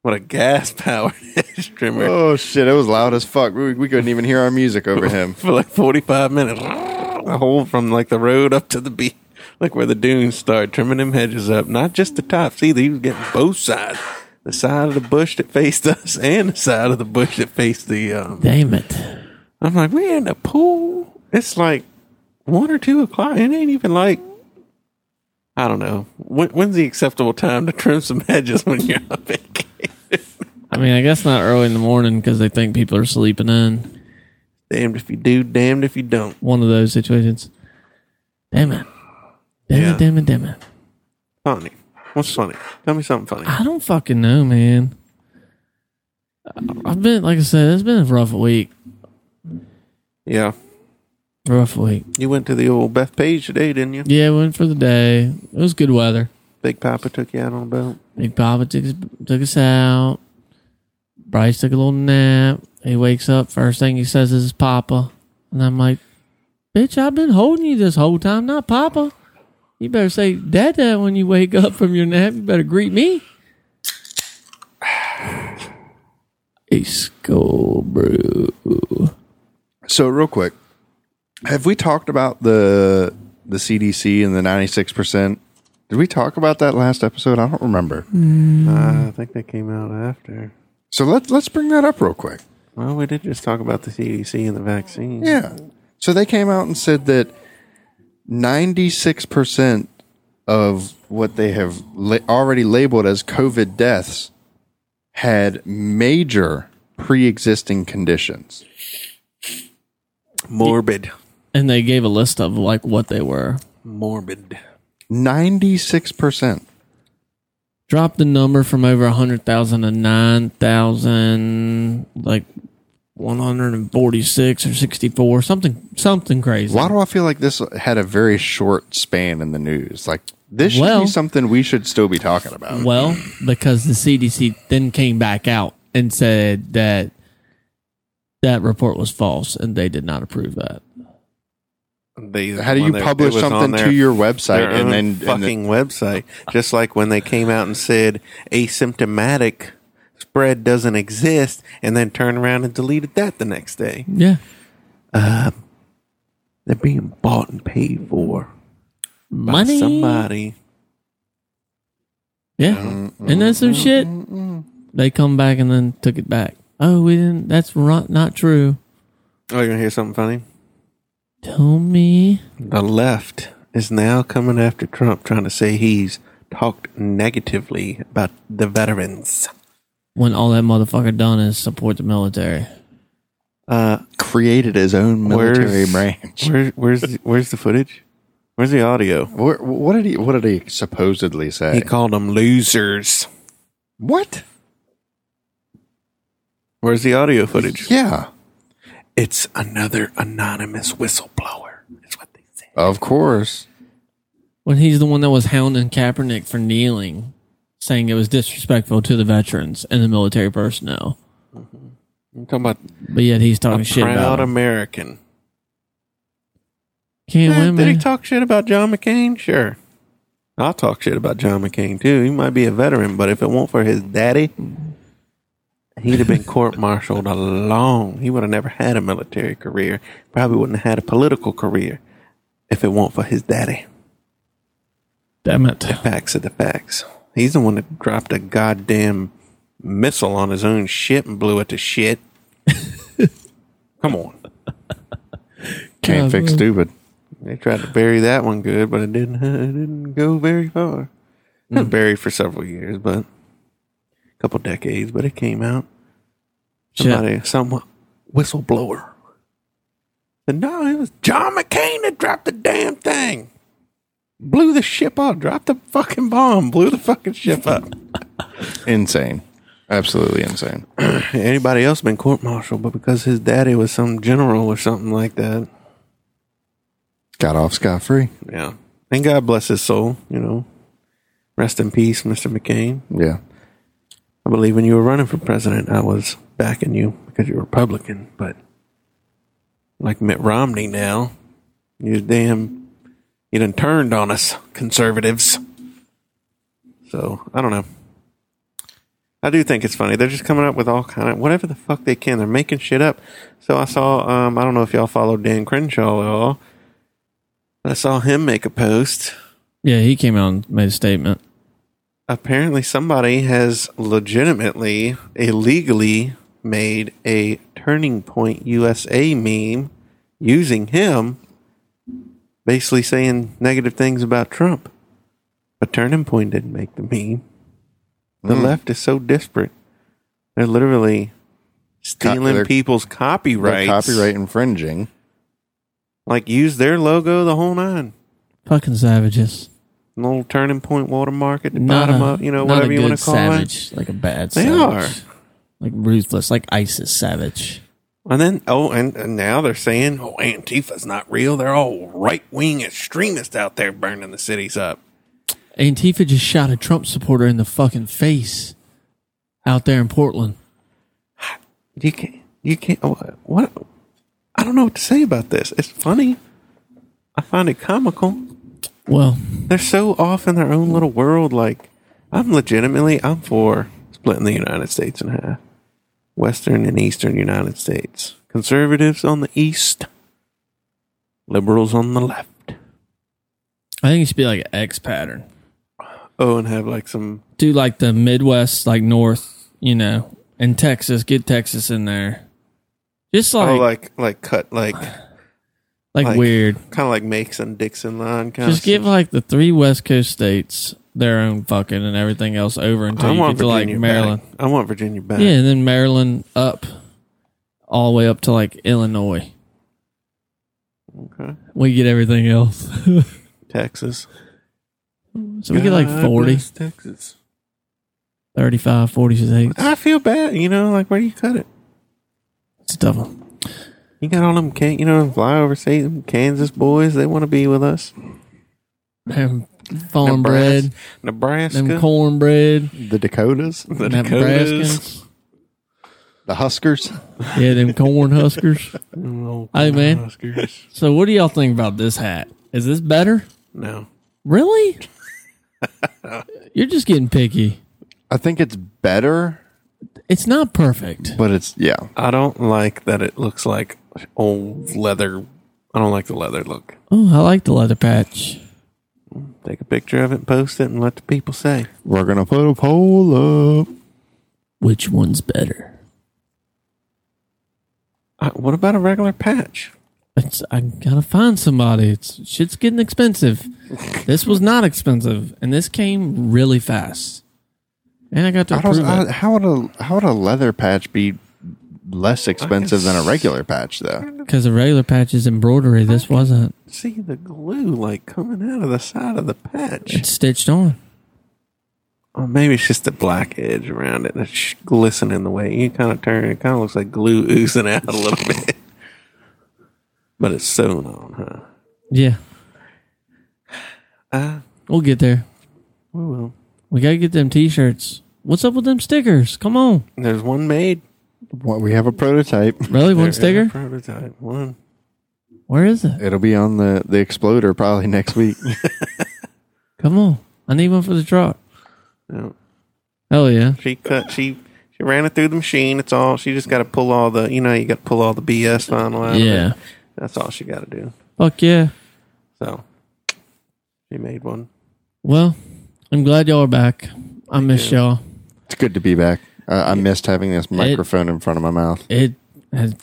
Speaker 2: What a gas [laughs] powered hedge trimmer
Speaker 4: [laughs] Oh shit! It was loud as fuck. We, we couldn't even hear our music over him.
Speaker 2: for like forty-five minutes. The whole from like the road up to the beach, like where the dunes start, trimming them hedges up. Not just the tops either. He was getting both sides. The side of the bush that faced [laughs] us and the side of the bush that faced the um,
Speaker 3: Damn it!
Speaker 2: I'm like, we in the pool. It's like one or two o'clock. It ain't even like I don't know. When, when's the acceptable time to trim some [laughs] hedges when you're on vacation? [laughs]
Speaker 3: I mean, I guess not early in the morning because they think people are sleeping in.
Speaker 2: Damned if you do, damned if you don't.
Speaker 3: One of those situations. Damn it. Damn
Speaker 2: Yeah.
Speaker 3: it, damn it, damn it.
Speaker 2: Funny. What's funny? Tell me something funny.
Speaker 3: I don't fucking know, man. I- I've been, like I said, it's been a rough week.
Speaker 2: Yeah.
Speaker 3: Rough week.
Speaker 2: You went to the old Beth Page today, didn't you?
Speaker 3: Yeah, went for the day. It was good weather.
Speaker 2: Big Papa took you out on a boat.
Speaker 3: Big Papa took, us- took us out. Bryce took a little nap. He wakes up. First thing he says is Papa. And I'm like, Bitch, I've been holding you this whole time, not Papa. You better say Dada when you wake up from your nap. You better greet me. [sighs] A skull brew.
Speaker 4: [laughs] So real quick, have we talked about the the CDC and the ninety six percent? Did we talk about that last episode? I don't remember. Mm.
Speaker 2: Uh, I think that came out after.
Speaker 4: So let's let's bring that up real quick.
Speaker 2: Well, we did just talk about the CDC and the vaccine.
Speaker 4: Yeah. So they came out and said that 96% of what they have la- already labeled as COVID deaths had major pre existing conditions.
Speaker 2: Morbid.
Speaker 3: And they gave a list of like what they were.
Speaker 2: Morbid.
Speaker 4: 96%.
Speaker 3: Dropped the number from over 100,000 to 9,000, like 146 or 64, something something crazy.
Speaker 4: Why do I feel like this had a very short span in the news? Like, this should
Speaker 3: Well-
Speaker 4: be something we should still be talking about.
Speaker 3: Well, because the CDC then came back out and said that that report was false and they did not approve that.
Speaker 2: They,
Speaker 4: How do
Speaker 2: when
Speaker 4: you
Speaker 2: they-
Speaker 4: publish
Speaker 2: it was on
Speaker 4: something
Speaker 2: their-
Speaker 4: to your
Speaker 2: their
Speaker 4: website
Speaker 2: own
Speaker 4: and then and then-
Speaker 2: fucking website? Just like when they came out and said asymptomatic spread doesn't exist, and then turned around and deleted that the next day.
Speaker 3: Yeah.
Speaker 4: Uh,
Speaker 2: They're being bought and paid for by
Speaker 3: Money.
Speaker 2: somebody.
Speaker 3: Yeah. And that's some shit. They come back and then took it back. Oh, we didn't. That's not, not true.
Speaker 2: Oh, you gonna hear something funny?
Speaker 3: Tell me.
Speaker 2: The left is now coming after Trump, trying to say he's talked negatively about the veterans.
Speaker 3: when all that motherfucker done is support the military.
Speaker 2: Uh,
Speaker 4: created his own military
Speaker 2: Where's-
Speaker 4: branch.
Speaker 2: where, where's the- where's the footage? Where's the audio?
Speaker 4: Where, what did he? What did he supposedly say?
Speaker 2: He called them losers.
Speaker 4: what?
Speaker 2: Where's the audio footage?
Speaker 4: Yeah,
Speaker 2: It's another anonymous whistleblower. Is what they said.
Speaker 4: of course.
Speaker 3: When he's the one that was hounding Kaepernick for kneeling, saying it was disrespectful to the veterans and the military personnel.
Speaker 2: I'm talking about
Speaker 3: But yet he's talking
Speaker 2: a
Speaker 3: shit
Speaker 2: proud
Speaker 3: about him.
Speaker 2: American.
Speaker 3: Can't
Speaker 2: Eh,
Speaker 3: win,
Speaker 2: did he
Speaker 3: man.
Speaker 2: talk shit about John McCain? Sure. I'll talk shit about John McCain too. He might be a veteran, but if it weren't for his daddy, he'd have been court martialed a long. He would have never had a military career. Probably wouldn't have had a political career if it weren't for his daddy.
Speaker 3: Damn it.
Speaker 2: Facts of the facts. He's the one that dropped a goddamn missile on his own ship and blew it to shit. Come [laughs] on.
Speaker 4: Can't
Speaker 3: God,
Speaker 4: fix
Speaker 3: man.
Speaker 4: stupid.
Speaker 2: They tried to bury that one good, but it didn't. [laughs] It didn't go very far. It was buried for several years, but a couple decades. But it came out. Somebody,
Speaker 3: Shit.
Speaker 2: some whistleblower. And no, it was John McCain that dropped the damn thing. Blew the ship up. Dropped the fucking bomb. Blew the fucking ship up. [clears throat]
Speaker 4: Insane. Absolutely insane.
Speaker 2: Anybody else been court martialed, but because his daddy was some general or something like that.
Speaker 4: Got off scot free.
Speaker 2: Yeah. And God bless his soul, you know. Rest in peace, Mr. McCain.
Speaker 4: Yeah.
Speaker 2: I believe when you were running for president, I was backing you because you're Republican, but like Mitt Romney now, you damn, you done turned on us conservatives. So I don't know. I do think it's funny. They're just coming up with all kind of whatever the fuck they can. They're making shit up. So I saw, um, I don't know if y'all followed Dan Crenshaw at all, but I saw him make a post
Speaker 3: Yeah, he came out and made a statement.
Speaker 2: apparently somebody has legitimately illegally made a turning point usa meme using him basically saying negative things about trump But Turning Point didn't make the meme.
Speaker 4: Mm.
Speaker 2: The left is so disparate. They're literally stealing
Speaker 4: they're-
Speaker 2: people's
Speaker 4: Right.
Speaker 2: copyrights.
Speaker 4: Copyright infringing.
Speaker 2: Like, use their logo, the whole nine.
Speaker 3: Fucking savages.
Speaker 2: An old Turning Point watermark at the
Speaker 3: Not
Speaker 2: bottom
Speaker 3: a-
Speaker 2: up, you know,
Speaker 3: not
Speaker 2: whatever
Speaker 3: a
Speaker 2: you
Speaker 3: good
Speaker 2: want to call it.
Speaker 3: savage, Like a bad
Speaker 2: They
Speaker 3: savage. Like ruthless, like ISIS savage.
Speaker 2: And then, oh, and, and now they're saying, oh, Antifa's not real. They're all right wing extremists out there burning the cities up.
Speaker 3: Antifa just shot a Trump supporter in the fucking face out there in Portland.
Speaker 2: You can't, you can't, what, what? I don't know what to say about this. It's funny. I find it comical.
Speaker 3: Well,
Speaker 2: They're so off in their own little world. Like, I'm legitimately, I'm for splitting the United States in half Western and Eastern United States. Conservatives on the East, liberals on the left.
Speaker 3: I think it should be like an X pattern.
Speaker 2: Oh, and have like some
Speaker 3: Do like the Midwest, like North, you know, and Texas. Get Texas in there. Just like
Speaker 2: oh, like like cut like
Speaker 3: like,
Speaker 2: like-
Speaker 3: weird.
Speaker 2: kind of like makes and Dixon line kind
Speaker 3: Just
Speaker 2: of.
Speaker 3: give like the three West Coast states their own fucking and everything else over until
Speaker 2: I
Speaker 3: you
Speaker 2: want
Speaker 3: get to like
Speaker 2: Virginia
Speaker 3: Maryland.
Speaker 2: back. I want Virginia back.
Speaker 3: Yeah, and then Maryland up, all the way up to like Illinois.
Speaker 2: Okay.
Speaker 3: We get everything else. [laughs]
Speaker 2: Texas.
Speaker 3: so we get like
Speaker 2: God
Speaker 3: 40,
Speaker 2: bless Texas.
Speaker 3: 35, 46.
Speaker 2: I feel bad. You know, like where do you cut it?
Speaker 3: It's a tough one.
Speaker 2: You got all them can you know them flyover state them Kansas boys. They want to be with us.
Speaker 3: Them farm bread,
Speaker 2: Nebraska,
Speaker 3: them cornbread,
Speaker 4: The Dakotas.
Speaker 2: the
Speaker 3: them
Speaker 2: Dakotas.
Speaker 3: Nebraskans.
Speaker 4: The Huskers.
Speaker 3: Yeah, them corn huskers.
Speaker 2: Oh,
Speaker 3: Hey, man.
Speaker 2: Huskers.
Speaker 3: So what do y'all think about this hat? Is this better?
Speaker 2: No,
Speaker 3: Really? You're just getting picky.
Speaker 4: I think it's better,
Speaker 3: It's not perfect.
Speaker 4: but it's yeah.
Speaker 2: I don't like that. It looks like old leather. I don't like the leather look.
Speaker 3: Oh, I like the leather patch.
Speaker 2: Take a picture of it, post it, and let the people say.
Speaker 4: We're gonna put a poll up.
Speaker 3: Which one's better?
Speaker 2: Uh, what about a regular patch?
Speaker 3: It's, I gotta find somebody. It's shit's getting expensive. This was not expensive, and this came really fast. And I got to
Speaker 4: I don't,
Speaker 3: approve it.
Speaker 4: I, how would a how would a leather patch be less expensive than a regular patch though?
Speaker 3: because the regular patch is embroidery. This wasn't.
Speaker 2: See the glue like coming out of the side of the patch.
Speaker 3: It's stitched on.
Speaker 2: or maybe it's just the black edge around it that's sh- glistening the way you kind of turn. It kind of looks like glue [laughs] oozing out a little bit. But it's sewn on, huh?
Speaker 3: Yeah,
Speaker 4: Uh.
Speaker 2: Ah,
Speaker 3: we'll get there.
Speaker 2: we will.
Speaker 3: We gotta get them T-shirts. What's up with them stickers? Come on,
Speaker 2: There's one made.
Speaker 4: Well, we have a prototype.
Speaker 3: really?
Speaker 2: There
Speaker 3: One
Speaker 2: is a
Speaker 3: sticker?
Speaker 2: prototype one.
Speaker 3: Where is it?
Speaker 4: It'll be on the the exploder probably next
Speaker 3: [laughs]
Speaker 4: week.
Speaker 3: Come on, I need one for the truck.
Speaker 2: Yeah.
Speaker 3: Hell yeah!
Speaker 2: She cut. She she ran it through the machine. It's all. She just got to pull all the. You know, you got to pull all the BS final out. of it.
Speaker 3: Yeah,
Speaker 2: that's all she got to do.
Speaker 3: fuck yeah.
Speaker 2: So she made one.
Speaker 3: Well, I'm glad y'all are back. I miss y'all.
Speaker 4: it's good to be back. I, I missed having this microphone in front of my mouth.
Speaker 3: It has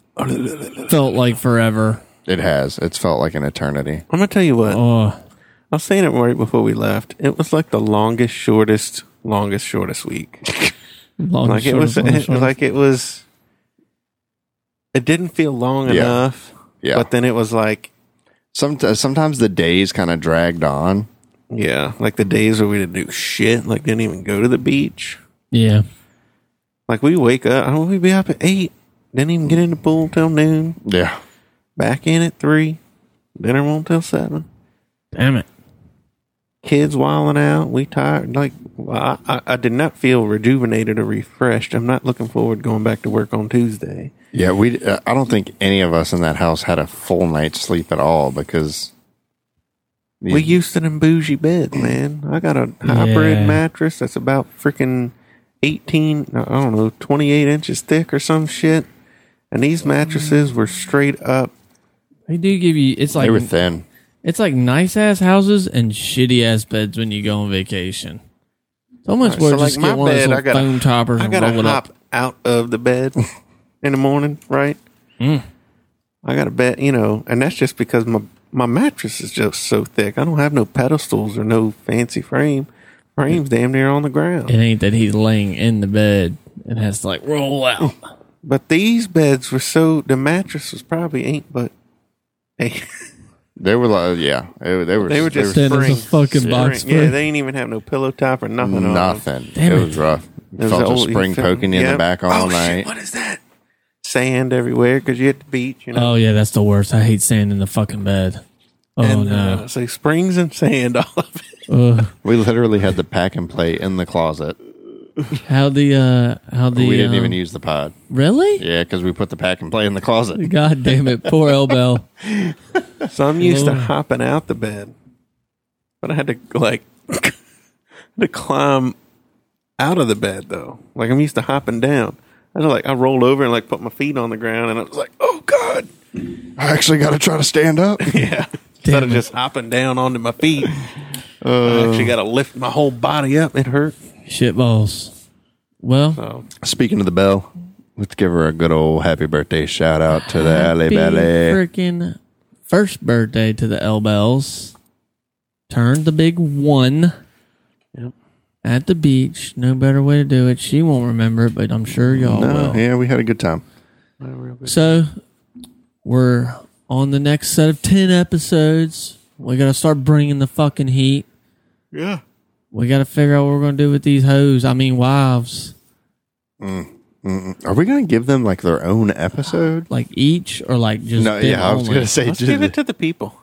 Speaker 3: felt like forever.
Speaker 4: It has. It's felt like an eternity.
Speaker 2: I'm gonna tell you what.
Speaker 3: Oh,
Speaker 2: I was saying it right before we left. It was like the longest, shortest, longest, shortest
Speaker 4: [laughs]
Speaker 2: week.
Speaker 3: long
Speaker 2: Like it
Speaker 3: short
Speaker 2: was,
Speaker 3: of- long
Speaker 2: it,
Speaker 3: short of-
Speaker 2: like it was. It didn't feel long
Speaker 4: Yeah.
Speaker 2: enough.
Speaker 4: Yeah.
Speaker 2: But then it was like,
Speaker 4: Some, uh, sometimes the days kind of dragged on.
Speaker 2: yeah, like the days where we didn't do shit. Like didn't even go to the beach.
Speaker 3: yeah.
Speaker 2: Like we wake up, I don't we be up at eight. Didn't even get in the pool till noon.
Speaker 4: Yeah.
Speaker 2: Back in at three. Dinner won't till seven.
Speaker 3: Damn it.
Speaker 2: Kids wilding out. We tired. Like I, I, I did not feel rejuvenated or refreshed. I'm not looking forward to going back to work on Tuesday.
Speaker 4: Yeah, we. Uh, I don't think any of us in that house had a full night's sleep at all because Yeah.
Speaker 2: We used to them bougie beds, man. I got a hybrid
Speaker 3: Yeah.
Speaker 2: mattress that's about freaking eighteen. no, I don't know, twenty eight inches thick or some shit. And these mattresses were straight up.
Speaker 3: They do give you. It's
Speaker 4: they
Speaker 3: like
Speaker 4: were thin.
Speaker 3: it's like nice ass houses and shitty ass beds when you go on vacation. It's almost
Speaker 2: So
Speaker 3: where just
Speaker 2: like
Speaker 3: get
Speaker 2: my
Speaker 3: one
Speaker 2: bed,
Speaker 3: of those
Speaker 2: I
Speaker 3: little
Speaker 2: gotta,
Speaker 3: foam toppers
Speaker 2: I
Speaker 3: and
Speaker 2: gotta
Speaker 3: roll it
Speaker 2: hop
Speaker 3: up.
Speaker 2: out of the
Speaker 4: [laughs]
Speaker 2: bed
Speaker 4: Mm.
Speaker 2: in the morning, right? I got to bet, you know, and that's just because my my mattress is just so thick. I don't have no pedestals or no fancy frame. Frame's damn near on the ground.
Speaker 3: It ain't that he's laying in the bed and has to like roll out.
Speaker 2: But these beds were so the mattress was probably ain't but hey, [laughs]
Speaker 4: They were like, yeah, they, they were.
Speaker 2: they were just
Speaker 3: Then it's
Speaker 2: spring,
Speaker 3: a fucking box
Speaker 2: spring. Yeah,
Speaker 3: spring.
Speaker 2: they didn't even have no pillow top or nothing. on them.
Speaker 4: nothing.
Speaker 3: Damn
Speaker 4: it
Speaker 3: it.
Speaker 4: was rough.
Speaker 2: There was
Speaker 4: Felt
Speaker 2: an
Speaker 4: the
Speaker 2: old-
Speaker 4: spring
Speaker 2: felt-
Speaker 4: poking you in
Speaker 2: yep.
Speaker 4: the back all
Speaker 2: Oh, shit,
Speaker 4: night.
Speaker 2: what is that? Sand everywhere because you at the beach, you know.
Speaker 3: Oh yeah, that's the worst. I hate staying in the fucking bed. Oh
Speaker 2: and,
Speaker 3: no.
Speaker 2: uh, so springs and sand [laughs] all of it.
Speaker 3: Ugh.
Speaker 4: We literally had the pack and play in the closet.
Speaker 3: How the uh how the
Speaker 4: we didn't even
Speaker 3: um,
Speaker 4: use the pod.
Speaker 3: Really?
Speaker 4: Yeah, because we put the pack and play in the closet.
Speaker 3: God damn it, poor [laughs] Elbel.
Speaker 2: So I'm used to
Speaker 3: Lord.
Speaker 2: hopping out the bed, but I had to like [laughs] to climb out of the bed though. Like I'm used to hopping down. I was like I rolled over and like put my feet on the ground, and I was like, "Oh God!" [laughs]
Speaker 4: I actually got to try to stand up.
Speaker 2: Yeah. Instead of
Speaker 3: it.
Speaker 2: just hopping down onto my feet, I actually got to lift my whole body up. It hurt.
Speaker 3: Shit balls. Well,
Speaker 2: So
Speaker 4: [laughs] Speaking of the bell, let's give her a good old happy birthday shout out to the Alley
Speaker 3: happy
Speaker 4: Belly.
Speaker 3: Freaking first birthday to the Elbels. Turned the big one.
Speaker 2: Yep.
Speaker 3: At the beach. No better way to do it. She won't remember it, but I'm sure y'all
Speaker 4: No,
Speaker 3: will.
Speaker 4: yeah, we had a good time.
Speaker 3: So we're on the next set of 10 episodes. We got to start bringing the fucking heat.
Speaker 2: yeah,
Speaker 3: We got to figure out what we're going to do with these hoes. I mean, wives.
Speaker 4: Are we going to give them like their own episode?
Speaker 3: Like each or like just.
Speaker 4: No,
Speaker 3: them
Speaker 4: yeah, I was
Speaker 3: only?
Speaker 4: going to say.
Speaker 2: let's
Speaker 4: just-
Speaker 2: give it to the people.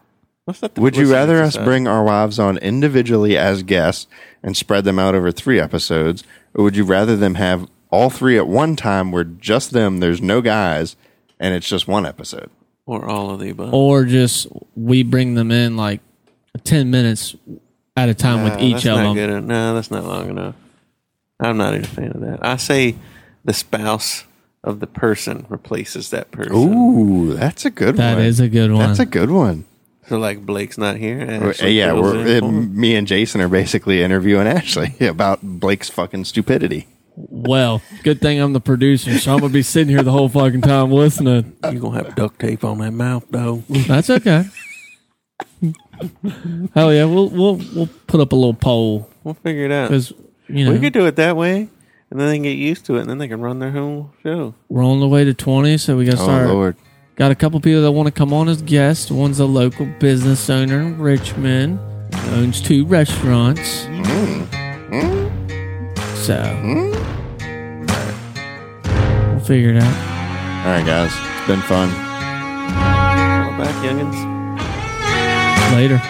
Speaker 2: Let's let the
Speaker 4: Would you
Speaker 2: listeners
Speaker 4: rather us
Speaker 2: decide.
Speaker 4: bring our wives on individually as guests and spread them out over three episodes, or would you rather them have all three at one time where just them, there's no guys, and it's just one episode?
Speaker 2: or all of the above?
Speaker 3: Or just we bring them in like 10 minutes at a time with
Speaker 2: Nah,
Speaker 3: each
Speaker 2: that's
Speaker 3: of
Speaker 2: not
Speaker 3: them.
Speaker 2: good en- no, that's not long enough. I'm not even a fan of that. I say the spouse of the person replaces that person.
Speaker 4: Ooh, that's a good
Speaker 3: That
Speaker 4: one.
Speaker 3: is a good one.
Speaker 4: That's a good one. Uh,
Speaker 2: So like Blake's not here. Ashley
Speaker 4: yeah,
Speaker 2: fills
Speaker 4: we're,
Speaker 2: in for him.
Speaker 4: me and Jason are basically interviewing [laughs] Ashley about Blake's fucking stupidity.
Speaker 3: well, good thing I'm the producer, so I'm going to be sitting here the whole fucking time listening.
Speaker 2: you gonna have duct tape on that mouth though.
Speaker 3: That's
Speaker 4: [laughs]
Speaker 3: okay. Hell yeah, we'll we'll we'll put up a little poll
Speaker 2: we'll figure it out.
Speaker 3: because you
Speaker 2: We
Speaker 3: know
Speaker 2: could do it that way, and then they can get used to it, and then they can run their whole show.
Speaker 3: we're on the way to twenty, so we got to start.
Speaker 4: Oh Lord,
Speaker 3: Got a couple people that want to come on as guests. One's a local business owner in Richmond, owns two restaurants. So we'll figure it out.
Speaker 4: all right, guys, it's been fun.
Speaker 2: Call back, youngins.
Speaker 3: later.